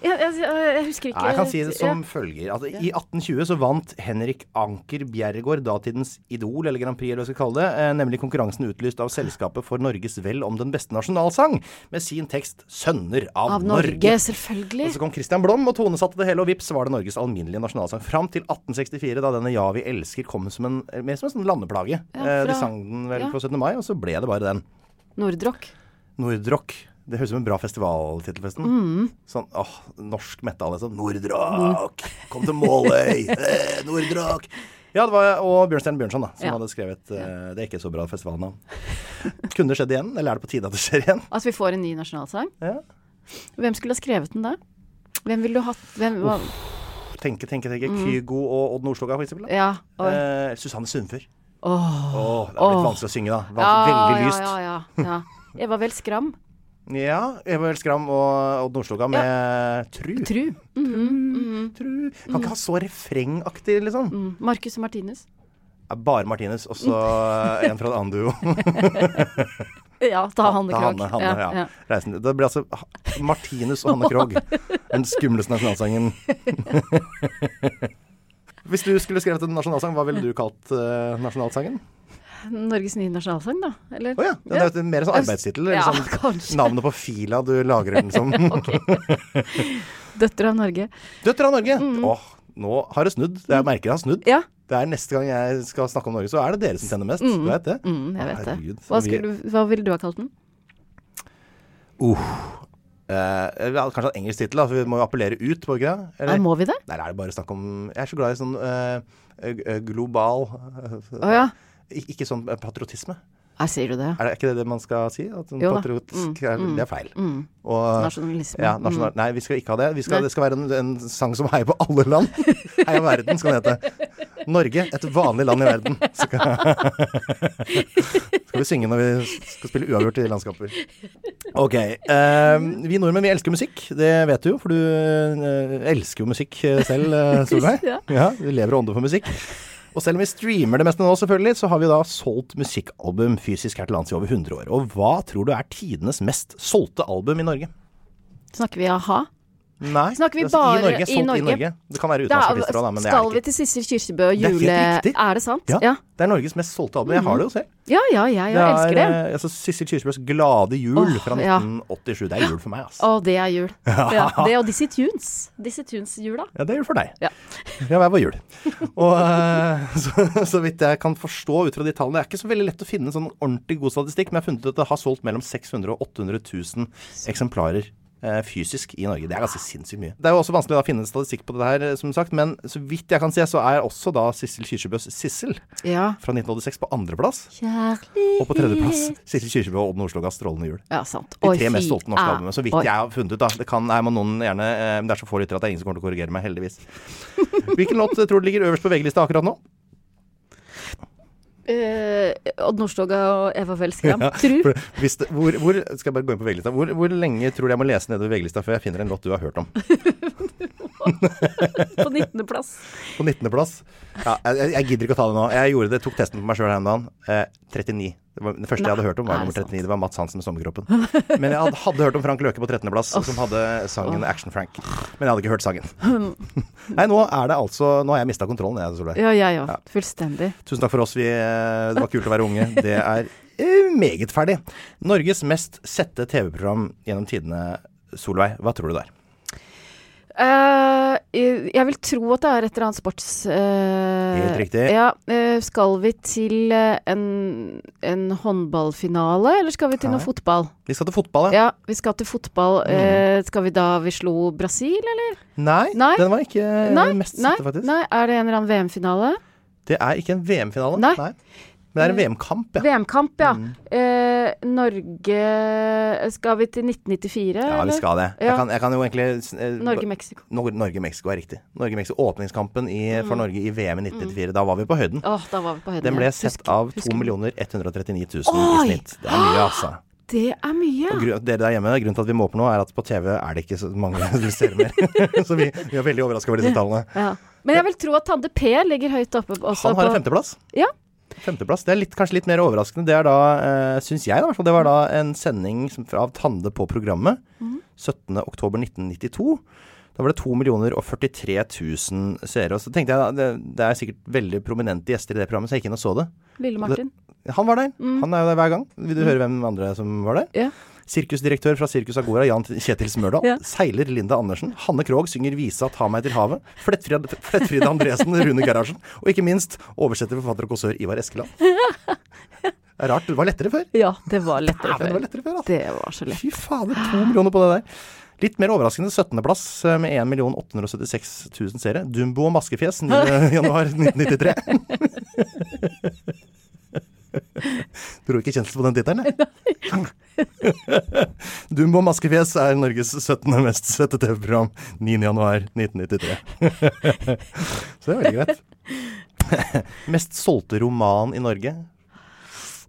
Speaker 2: Jeg, jeg, jeg husker ikke
Speaker 1: Nei, jeg kan si det som følger. Altså, I 1820 så vant Henrik Anker Bjerregaard datidens Idol, eller Grand Prix, eller hva vi skal kalle det, eh, nemlig konkurransen utlyst av Selskapet for Norges vel om den beste nasjonalsang, med sin tekst 'Sønner av,
Speaker 2: ja. Av Norge,
Speaker 1: Og
Speaker 2: selvfølgelig.
Speaker 1: så kom Christian Blom og tonesatte det hele, og vips var det Norges alminnelige nasjonalsang. Fram til 1864, da denne 'Ja, vi elsker' kom som en, mer som en sånn landeplage. Eh, De
Speaker 2: fra-
Speaker 1: sang den vel
Speaker 2: ja.
Speaker 1: på 17. mai, og så ble det bare den.
Speaker 2: Nordrock.
Speaker 1: Nordrock. Det høres ut som en bra festivaltittel, forresten.
Speaker 2: Mm.
Speaker 1: Sånn åh, norsk metal, liksom. Nordrock! Kom til
Speaker 2: (laughs)
Speaker 1: Måløy! Eh, Nordrock! Ja, det var og Bjørnstjerne Bjørnson, da, som
Speaker 2: Ja.
Speaker 1: hadde skrevet eh, Det er ikke så bra festivalnavn. Kunne det skjedd igjen, eller er det på tide at det skjer igjen?
Speaker 2: At Altså, vi får en ny nasjonalsang.
Speaker 1: Ja.
Speaker 2: Hvem skulle ha skrevet den da? Hvem ville du hatt hvem, hva,
Speaker 1: Tenke, tenke, tenke. Kygo og Odd Nordstoga, for eksempel. Da.
Speaker 2: Ja. Mm. oi.
Speaker 1: Eh, Susanne Sundfør. Åh, det er litt
Speaker 2: Åh.
Speaker 1: vanskelig å synge, da. Vanskelig,
Speaker 2: Ja,
Speaker 1: altså veldig
Speaker 2: ja,
Speaker 1: lyst.
Speaker 2: ja, ja, ja. Eva Vel Skram.
Speaker 1: Ja, Eva Vel Skram og Odd Nordstoga med Tru.
Speaker 2: Tru.
Speaker 1: Tru. Kan ikke ha så refrengaktig, liksom.
Speaker 2: Mm. Marcus og Martinus.
Speaker 1: er bare Martinez, og så en fra en annen duo.
Speaker 2: Ja, ta Hanne
Speaker 1: Da
Speaker 2: Krogh.
Speaker 1: Hanne, Hanne, ja. Reisen. Det blir altså Ha- Martinez og Hanne Krogh. Den skumleste nasjonalsangen. Hvis du skulle skrevet en nasjonalsang, hva ville du kalt eh, nasjonalsangen?
Speaker 2: Norges nye nasjonalsang, da? Eller?
Speaker 1: Å ja. Den er jo mer sånn arbeidstittel. eller
Speaker 2: Ja,
Speaker 1: sånn
Speaker 2: kanskje.
Speaker 1: navnet på fila du lagrer den som.
Speaker 2: Døtre av Norge.
Speaker 1: Døtre av Norge! Åh, nå har det snudd. Jeg merker det har snudd.
Speaker 2: Ja.
Speaker 1: Det er Neste gang jeg skal snakke om Norge, så er det dere som tjener mest. Du vet det?
Speaker 2: Mm, jeg vet det.
Speaker 1: Herregud, så
Speaker 2: Hva,
Speaker 1: vi-
Speaker 2: skulle, du- hva ville du ha kalt den?
Speaker 1: Uh, eh, eh, ja, Kanskje en engelsk tittel, da, for vi må jo appellere ut, må vi ikke det?
Speaker 2: Ja, må vi det?
Speaker 1: Nei, er det bare snakk om Jeg er så glad i sånn eh, eh, global eh,
Speaker 2: Å ja.
Speaker 1: Ik- Ikke sånn eh, patriotisme.
Speaker 2: Her sier du det.
Speaker 1: Er det er ikke det det man skal si? At sånn
Speaker 2: Jo da. Mm.
Speaker 1: patriotisk er, Det er feil. Og,
Speaker 2: Nasjonalisme.
Speaker 1: Ja, nasjonal, Nei, vi skal ikke ha det. Vi skal, det skal være en, en sang som heier på alle land. Heia verden, skal den hete. Norge, et vanlig land i verden. Skal, skal vi synge når vi skal spille uavgjort i landskamper. Ok. eh, vi nordmenn, vi elsker musikk. Det vet du jo, for du eh, elsker jo musikk eh, selv, eh, Solveig.
Speaker 2: Ja.
Speaker 1: Ja, vi lever og ånder for musikk. Og selv om vi streamer det meste nå, selvfølgelig, så har vi da solgt musikkalbum fysisk her til lands i over 100 år. Og hva tror du er tidenes mest solgte album i Norge?
Speaker 2: Snakker vi a-ha?
Speaker 1: Nei,
Speaker 2: Snakker vi
Speaker 1: altså,
Speaker 2: bare
Speaker 1: i Norge.
Speaker 2: i
Speaker 1: Solgt i Norge.
Speaker 2: Norge?
Speaker 1: Det kan være
Speaker 2: Da
Speaker 1: utenlandske artister òg, da, men det er
Speaker 2: skal
Speaker 1: det
Speaker 2: vi
Speaker 1: ikke.
Speaker 2: til Sissel Kyrkjebø
Speaker 1: Det
Speaker 2: og
Speaker 1: er helt
Speaker 2: jule...
Speaker 1: riktig.
Speaker 2: Er det sant?
Speaker 1: Ja,
Speaker 2: Ja,
Speaker 1: det er Norges mest solgte album. Jeg har det jo selv.
Speaker 2: ja, ja, ja, jeg elsker det.
Speaker 1: er, eh, altså, Sissel Kyrkjebøs 'Glade jul'
Speaker 2: Åh,
Speaker 1: fra
Speaker 2: ja.
Speaker 1: 1987. Det er jul for meg, altså.
Speaker 2: Å, det er
Speaker 1: (laughs)
Speaker 2: jul. Ja, det og Dizzie Tunes. Dizzie Tunes-jula.
Speaker 1: Ja, det er jul for deg.
Speaker 2: Ja.
Speaker 1: Ja, hver vår jul. Og eh, (laughs) så, så vidt jeg kan forstå ut fra de tallene Det er ikke så veldig lett å finne sånn ordentlig god statistikk, men jeg har funnet ut at det har solgt mellom 600 og 800 000 eksemplarer eh, fysisk i Norge. Det er ganske sinnssykt mye. Det er jo også vanskelig da, å finne statistikk på det her, eh, som sagt, men så vidt jeg kan se, så er også da Sissel Kyrkjebøs 'Sissel'
Speaker 2: Ja.
Speaker 1: fra 1986 på andreplass,
Speaker 2: Kjærlighet
Speaker 1: og på
Speaker 2: (laughs)
Speaker 1: tredjeplass Sissel Kyrkjebø og Odden Oslogass 'Strålende jul'.
Speaker 2: Ja, sant.
Speaker 1: De
Speaker 2: Oi,
Speaker 1: tre mest
Speaker 2: fy,
Speaker 1: solgte norske
Speaker 2: æ-
Speaker 1: albumene, så vidt
Speaker 2: oi.
Speaker 1: jeg har funnet ut. da Det kan, nei, må noen gjerne, eh, men det er så få lyttere at det er ingen som kommer til å korrigere meg,
Speaker 2: (laughs)
Speaker 1: heldigvis. Hvilken låt eh, tror du ligger øverst på VG-lista akkurat nå?
Speaker 2: Eh, Odd Nordstoga og Eva
Speaker 1: (laughs)
Speaker 2: Welskram. Tru.
Speaker 1: For Hvis det, hvor, hvor, skal jeg bare gå inn på VG-lista hvor, hvor lenge tror du jeg må lese nedover VG-lista før jeg finner en låt du har hørt om?
Speaker 2: På 19. plass.
Speaker 1: På 19.-plass. Ja, jeg, jeg- jeg gidder ikke å ta det nå. Jeg gjorde det, tok testen på meg sjøl her om dagen. Eh, 39. Det, var, det første jeg hadde hørt om, var
Speaker 2: er
Speaker 1: nummer
Speaker 2: det
Speaker 1: 39. Det var Mats Hansen med 'Sommerkroppen'.
Speaker 2: (laughs)
Speaker 1: Men jeg hadde, hadde hørt om Frank Løke på 13.-plass, som hadde sangen 'Action-Frank'. Men jeg hadde ikke hørt sangen. (laughs) Nei, nå er det altså Nå har jeg mista kontrollen, jeg, Solveig.
Speaker 2: Ja, jeg ja, òg. Fullstendig.
Speaker 1: Tusen takk for oss. Vi, eh, det var kult å være unge. Det er eh, meget ferdig. Norges mest sette TV-program gjennom tidene, Solveig. Hva tror du det er?
Speaker 2: Eh, jeg vil tro at det er et eller annet sports... eh,
Speaker 1: Helt riktig.
Speaker 2: Ja, eh, skal vi til eh, en, en håndballfinale, eller skal vi til noe fotball?
Speaker 1: Vi skal til fotball, ja.
Speaker 2: Ja, vi skal til fotball.
Speaker 1: Mm.
Speaker 2: Eh, skal vi da vi slo Brasil, eller?
Speaker 1: Nei,
Speaker 2: Nei.
Speaker 1: den var ikke eh,
Speaker 2: Nei,
Speaker 1: mest
Speaker 2: nei,
Speaker 1: sette, faktisk.
Speaker 2: nei, er det en eller annen VM-finale?
Speaker 1: Det er ikke en VM-finale.
Speaker 2: Nei.
Speaker 1: Men det er en VM-kamp, ja. Mm.
Speaker 2: VM-kamp, ja. Eh, Norge Skal vi til 1994,
Speaker 1: Ja, vi
Speaker 2: eller?
Speaker 1: skal det. Jeg
Speaker 2: Ja.
Speaker 1: kan, jeg kan jo egentlig eh,
Speaker 2: Norge-Mexico.
Speaker 1: Nor- Norge-Mexico er riktig. Norge-Mexico, Åpningskampen i,
Speaker 2: Mm.
Speaker 1: for Norge i VM i 1994. Da var vi på høyden.
Speaker 2: Åh, da var vi på høyden.
Speaker 1: Den ble
Speaker 2: igjen.
Speaker 1: sett
Speaker 2: Husk-
Speaker 1: av
Speaker 2: husk-
Speaker 1: 2 139 000
Speaker 2: Oi!
Speaker 1: i snitt. Det er mye, altså.
Speaker 2: Det er mye.
Speaker 1: Og grunn- Dere der hjemme, grunnen til at vi må på nå, er at på TV er det ikke så mange (laughs) som ser mer. så vi, vi er veldig overraska over disse tallene.
Speaker 2: Ja. Men jeg vil tro at Tande P ligger høyt oppe også.
Speaker 1: Han har en
Speaker 2: på-
Speaker 1: femteplass.
Speaker 2: Ja.
Speaker 1: Femteplass. Det er litt, kanskje litt mer overraskende. Det er da, eh, syns jeg, da, i hvert fall, det var da en sending som, fra av Tande på programmet 17.10.1992. Da var det 2 millioner og 43 000 seere. Og Så tenkte jeg da, det, det er sikkert veldig prominente gjester i det programmet, så jeg gikk inn og så det.
Speaker 2: Lille Martin.
Speaker 1: Han var der. Han er jo der hver gang. Vil du høre hvem andre som var der?
Speaker 2: Mm. Ja.
Speaker 1: Sirkusdirektør fra Sirkus Agora, Jan Kjetil Smørdal.
Speaker 2: Ja.
Speaker 1: Seiler Linda Andersen. Hanne Krogh synger visa 'Ta meg til havet'. Flettfrid, Flettfrid
Speaker 2: (laughs)
Speaker 1: Andresen, Rune Gerhardsen. Og ikke minst oversetter, forfatter og kåsør Ivar
Speaker 2: (laughs)
Speaker 1: Eskeland. Det er rart. Det var lettere før.
Speaker 2: Ja, det var lettere
Speaker 1: Det var
Speaker 2: før.
Speaker 1: lettere før, altså.
Speaker 2: Det var så lett.
Speaker 1: Fy fader, to millioner på det der. Litt mer overraskende 17.-plass eh, med 1 876 000 seere. Dumbo og maskefjes eh, 9.1.1993. (laughs) Tror ikke kjensel på den tittelen, jeg. (laughs) Dumbo og maskefjes er Norges 17. mest sette TV-program 9.1.1993. (laughs) Så det er veldig greit. (laughs) Mest solgte roman i Norge. Det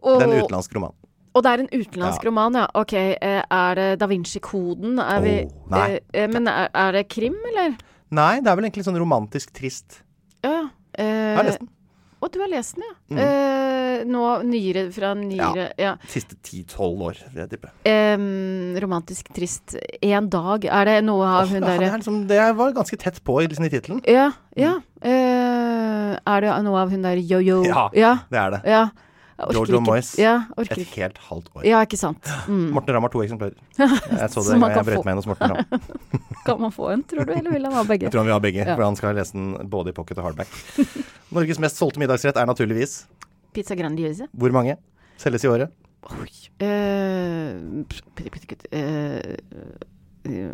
Speaker 1: er en
Speaker 2: Og,
Speaker 1: utenlandsk roman.
Speaker 2: og det er en utenlandsk
Speaker 1: Ja.
Speaker 2: roman, ja. Ok, eh, er det Da Vinci-koden? Er vi
Speaker 1: Åh, nei.
Speaker 2: eh, eh, Men er, er det krim, eller?
Speaker 1: Nei, det er vel egentlig sånn romantisk trist.
Speaker 2: Ja. ja. Eh,
Speaker 1: Jeg har lest den. Mm.
Speaker 2: Å, du har lest den, ja. Eh, nå nyere fra nyere Ja.
Speaker 1: Siste 10-12 år, vil jeg tippe.
Speaker 2: Em, romantisk trist. En dag. Er det noe av hun
Speaker 1: Ja, det,
Speaker 2: derre
Speaker 1: er liksom, det var ganske tett på i- liksom, i tittelen.
Speaker 2: Ja. ja. Eh, er det noe av hun der yo-yo?
Speaker 1: Mm. Ja,
Speaker 2: ja.
Speaker 1: det er det.
Speaker 2: Ja. Jeg orker
Speaker 1: Jojo
Speaker 2: ikke.
Speaker 1: Moyes.
Speaker 2: Ja, orker
Speaker 1: Et
Speaker 2: ikke.
Speaker 1: helt halvt år.
Speaker 2: Ja, ikke sant.
Speaker 1: Morten Ramm har to
Speaker 2: (laughs)
Speaker 1: eksemplarer. Jeg så det
Speaker 2: Som
Speaker 1: en
Speaker 2: man
Speaker 1: gang jeg
Speaker 2: kan
Speaker 1: brøt
Speaker 2: få.
Speaker 1: meg inn hos Morten Ramm.
Speaker 2: Kan man få en, tror du, eller vil han ha begge?
Speaker 1: Jeg tror han vil ha begge,
Speaker 2: (laughs) Ja.
Speaker 1: for han skal lese den både i pocket og hardback. Norges mest solgte middagsrett er naturligvis
Speaker 2: Pizza Grandiosa.
Speaker 1: Hvor mange? Selges i året?
Speaker 2: Eh, p- p- p- eh, eh,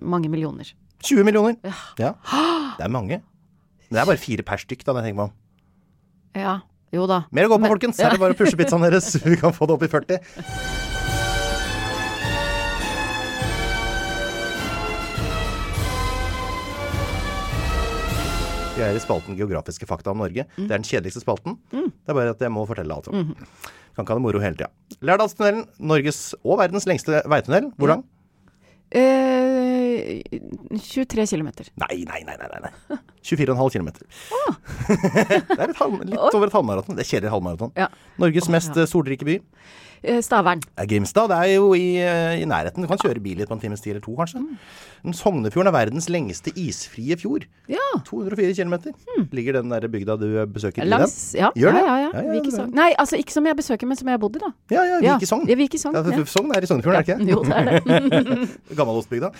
Speaker 2: mange millioner.
Speaker 1: 20 millioner. Ja. Det er mange. Men det er bare fire per stykk, da, når jeg tenker meg om.
Speaker 2: Ja, jo da.
Speaker 1: Mer å gå på,
Speaker 2: Men-
Speaker 1: folkens. Her er det bare å pushe
Speaker 2: (laughs)
Speaker 1: pizzaen deres. Vi kan få det opp i 40. Vi er i spalten Geografiske fakta om Norge.
Speaker 2: Mm.
Speaker 1: Det er den kjedeligste spalten. Det er bare at jeg må fortelle alt. om. Kan ikke ha det moro hele tida. Lærdalstunnelen. Norges og verdens lengste veitunnel. Hvor lang?
Speaker 2: Eh, 23 km.
Speaker 1: Nei, nei, nei, nei, nei. nei. 24,5 km. (laughs) det er litt, halv, litt over et halvmaraton. Det er kjedelig halvmaraton.
Speaker 2: Ja.
Speaker 1: Norges mest eh, solrike by
Speaker 2: Eh, Stavern.
Speaker 1: er Grimstad. Det er jo i, eh, i nærheten. Du kan kjøre bil litt på en times tid eller to, kanskje.
Speaker 2: Mm.
Speaker 1: Men Sognefjorden er verdens lengste isfrie fjord.
Speaker 2: Ja. Hmm.
Speaker 1: 204 km. Ligger den der bygda du eh, besøker i
Speaker 2: Langs
Speaker 1: den?
Speaker 2: Ja,
Speaker 1: Gjør det?
Speaker 2: ja, ja. ja.
Speaker 1: Ja, ja,
Speaker 2: Vik i
Speaker 1: det er-
Speaker 2: Sogn. Nei, altså ikke som jeg besøker, men som jeg har bodd i, da.
Speaker 1: Ja, ja,
Speaker 2: Ja.
Speaker 1: Vik i Sogn.
Speaker 2: Ja, Vik i Sogn,
Speaker 1: Ja,
Speaker 2: ja. Mhm.
Speaker 1: Sogn er i Sognefjorden, er det
Speaker 2: (laughs)
Speaker 1: ikke?
Speaker 2: Jo, det er det.
Speaker 1: Gammalostbygda.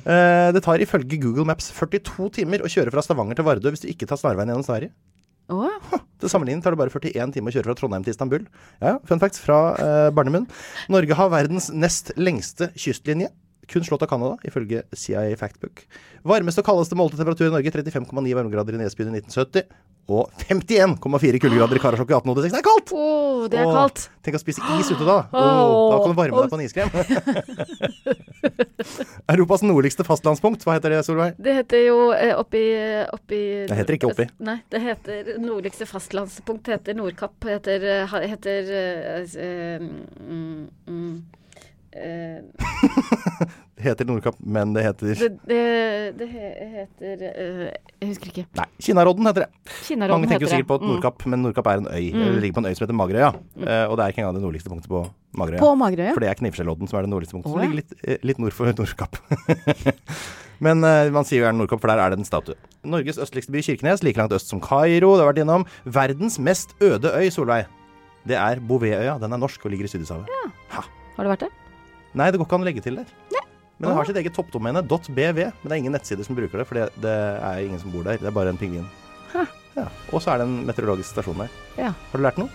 Speaker 1: Eh, det tar ifølge Google Maps 42 timer å kjøre fra Stavanger til Vardø hvis du ikke tar snarveien gjennom Sverige.
Speaker 2: Å,
Speaker 1: Til sammenligning tar det bare 41 timer å kjøre fra Trondheim til Istanbul. Ja, fun facts fra eh, Barnemunn. Norge har verdens nest lengste kystlinje. Kun slått av Canada, ifølge CIA Factbook. Varmeste og kaldeste målte temperatur i Norge 35,9 varmegrader i Nesbyen i 1970. Og 51,4 kuldegrader i Karasjok i 1886. Det er kaldt!
Speaker 2: Å, det er
Speaker 1: Åh,
Speaker 2: kaldt.
Speaker 1: Tenk å spise is ute da. Åh, da kan du varme deg på en
Speaker 2: (laughs)
Speaker 1: iskrem. Europas nordligste fastlandspunkt, hva heter det, Solveig?
Speaker 2: Det heter jo eh, oppi, eh, oppi
Speaker 1: Det heter ikke oppi.
Speaker 2: Nei, det heter nordligste fastlandspunkt, heter Nordkapp, heter, eh, ha- heter eh, s- eh, mm, mm, eh,
Speaker 1: Det heter Nordkapp, men det heter
Speaker 2: det, det, det he, heter eh, Jeg husker ikke.
Speaker 1: Nei, Kinnarodden heter det.
Speaker 2: Kinnarodden
Speaker 1: Mange tenker jo
Speaker 2: heter det. Mm.
Speaker 1: sikkert på at Nordkapp, men Nordkapp er en øy. Det ligger på en øy som heter Magerøya. eh, Og det er ikke engang det nordligste punktet på Magerøya.
Speaker 2: På Magerøya?
Speaker 1: For det er Knivskjellodden som er det nordligste punktet,
Speaker 2: Å,
Speaker 1: som
Speaker 2: ja.
Speaker 1: ligger litt, eh, litt nord for Nordkapp. (laughs) men eh, man sier jo gjerne Nordkapp, for der er det en statue. Norges østligste by, Kirkenes, like langt øst som Kairo. Det har vært innom. Verdens mest øde øy, Solveig. Det er Bouvetøya. Den er norsk og ligger i Sydishavet.
Speaker 2: Har du vært der?
Speaker 1: Nei, det går ikke an å legge til der. Men den har sitt eget toppdomene, .bv, men det er ingen nettsider som bruker det, for det, det er ingen som bor der. Det er bare en pingvin. Ja. Og så er det en meteorologisk stasjon der.
Speaker 2: Ja.
Speaker 1: Har du lært noe?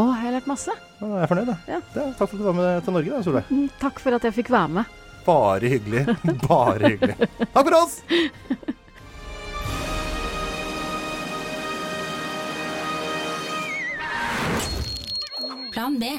Speaker 2: Å, jeg har lært masse.
Speaker 1: Ja, Da er jeg fornøyd, da.
Speaker 2: Ja.
Speaker 1: Ja, takk for at du var med til Norge, da, Solveig.
Speaker 2: Mm, Takk for at jeg fikk være med.
Speaker 1: Bare hyggelig. Bare hyggelig. Takk for oss!
Speaker 4: Plan B.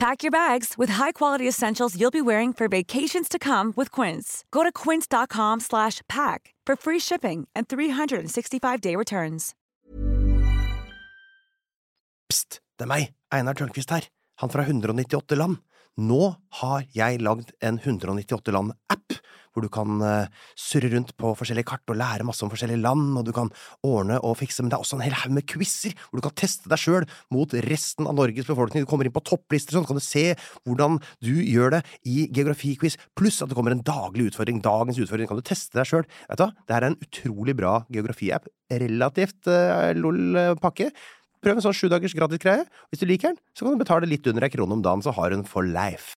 Speaker 5: Pack your bags with high-quality essentials you'll be wearing for vacations to come with Quince. Go to quince.com slash pack for free shipping and 365-day returns.
Speaker 1: Pst, det er meg, Einar Tørnquist her, han fra 198 land. Nå har jeg lagd en 198 land-app, hvor du kan eh, surre rundt på forskjellige kart og lære masse om forskjellige land, og du kan ordne og fikse, men det er også en hel haug med quizer, hvor du kan teste deg sjøl mot resten av Norges befolkning. Du kommer inn på topplister, sånn kan du se hvordan du gjør det i geografiquiz, pluss at det kommer en daglig utfordring. Dagens utfordring kan du teste deg sjøl. Vet du hva, det her er en utrolig bra geografiapp. Relativt eh, lol-pakke. Prøv en sånn sju dagers gratis greie. Hvis du liker den, så kan du betale litt under ei krone om dagen, så har du den for life.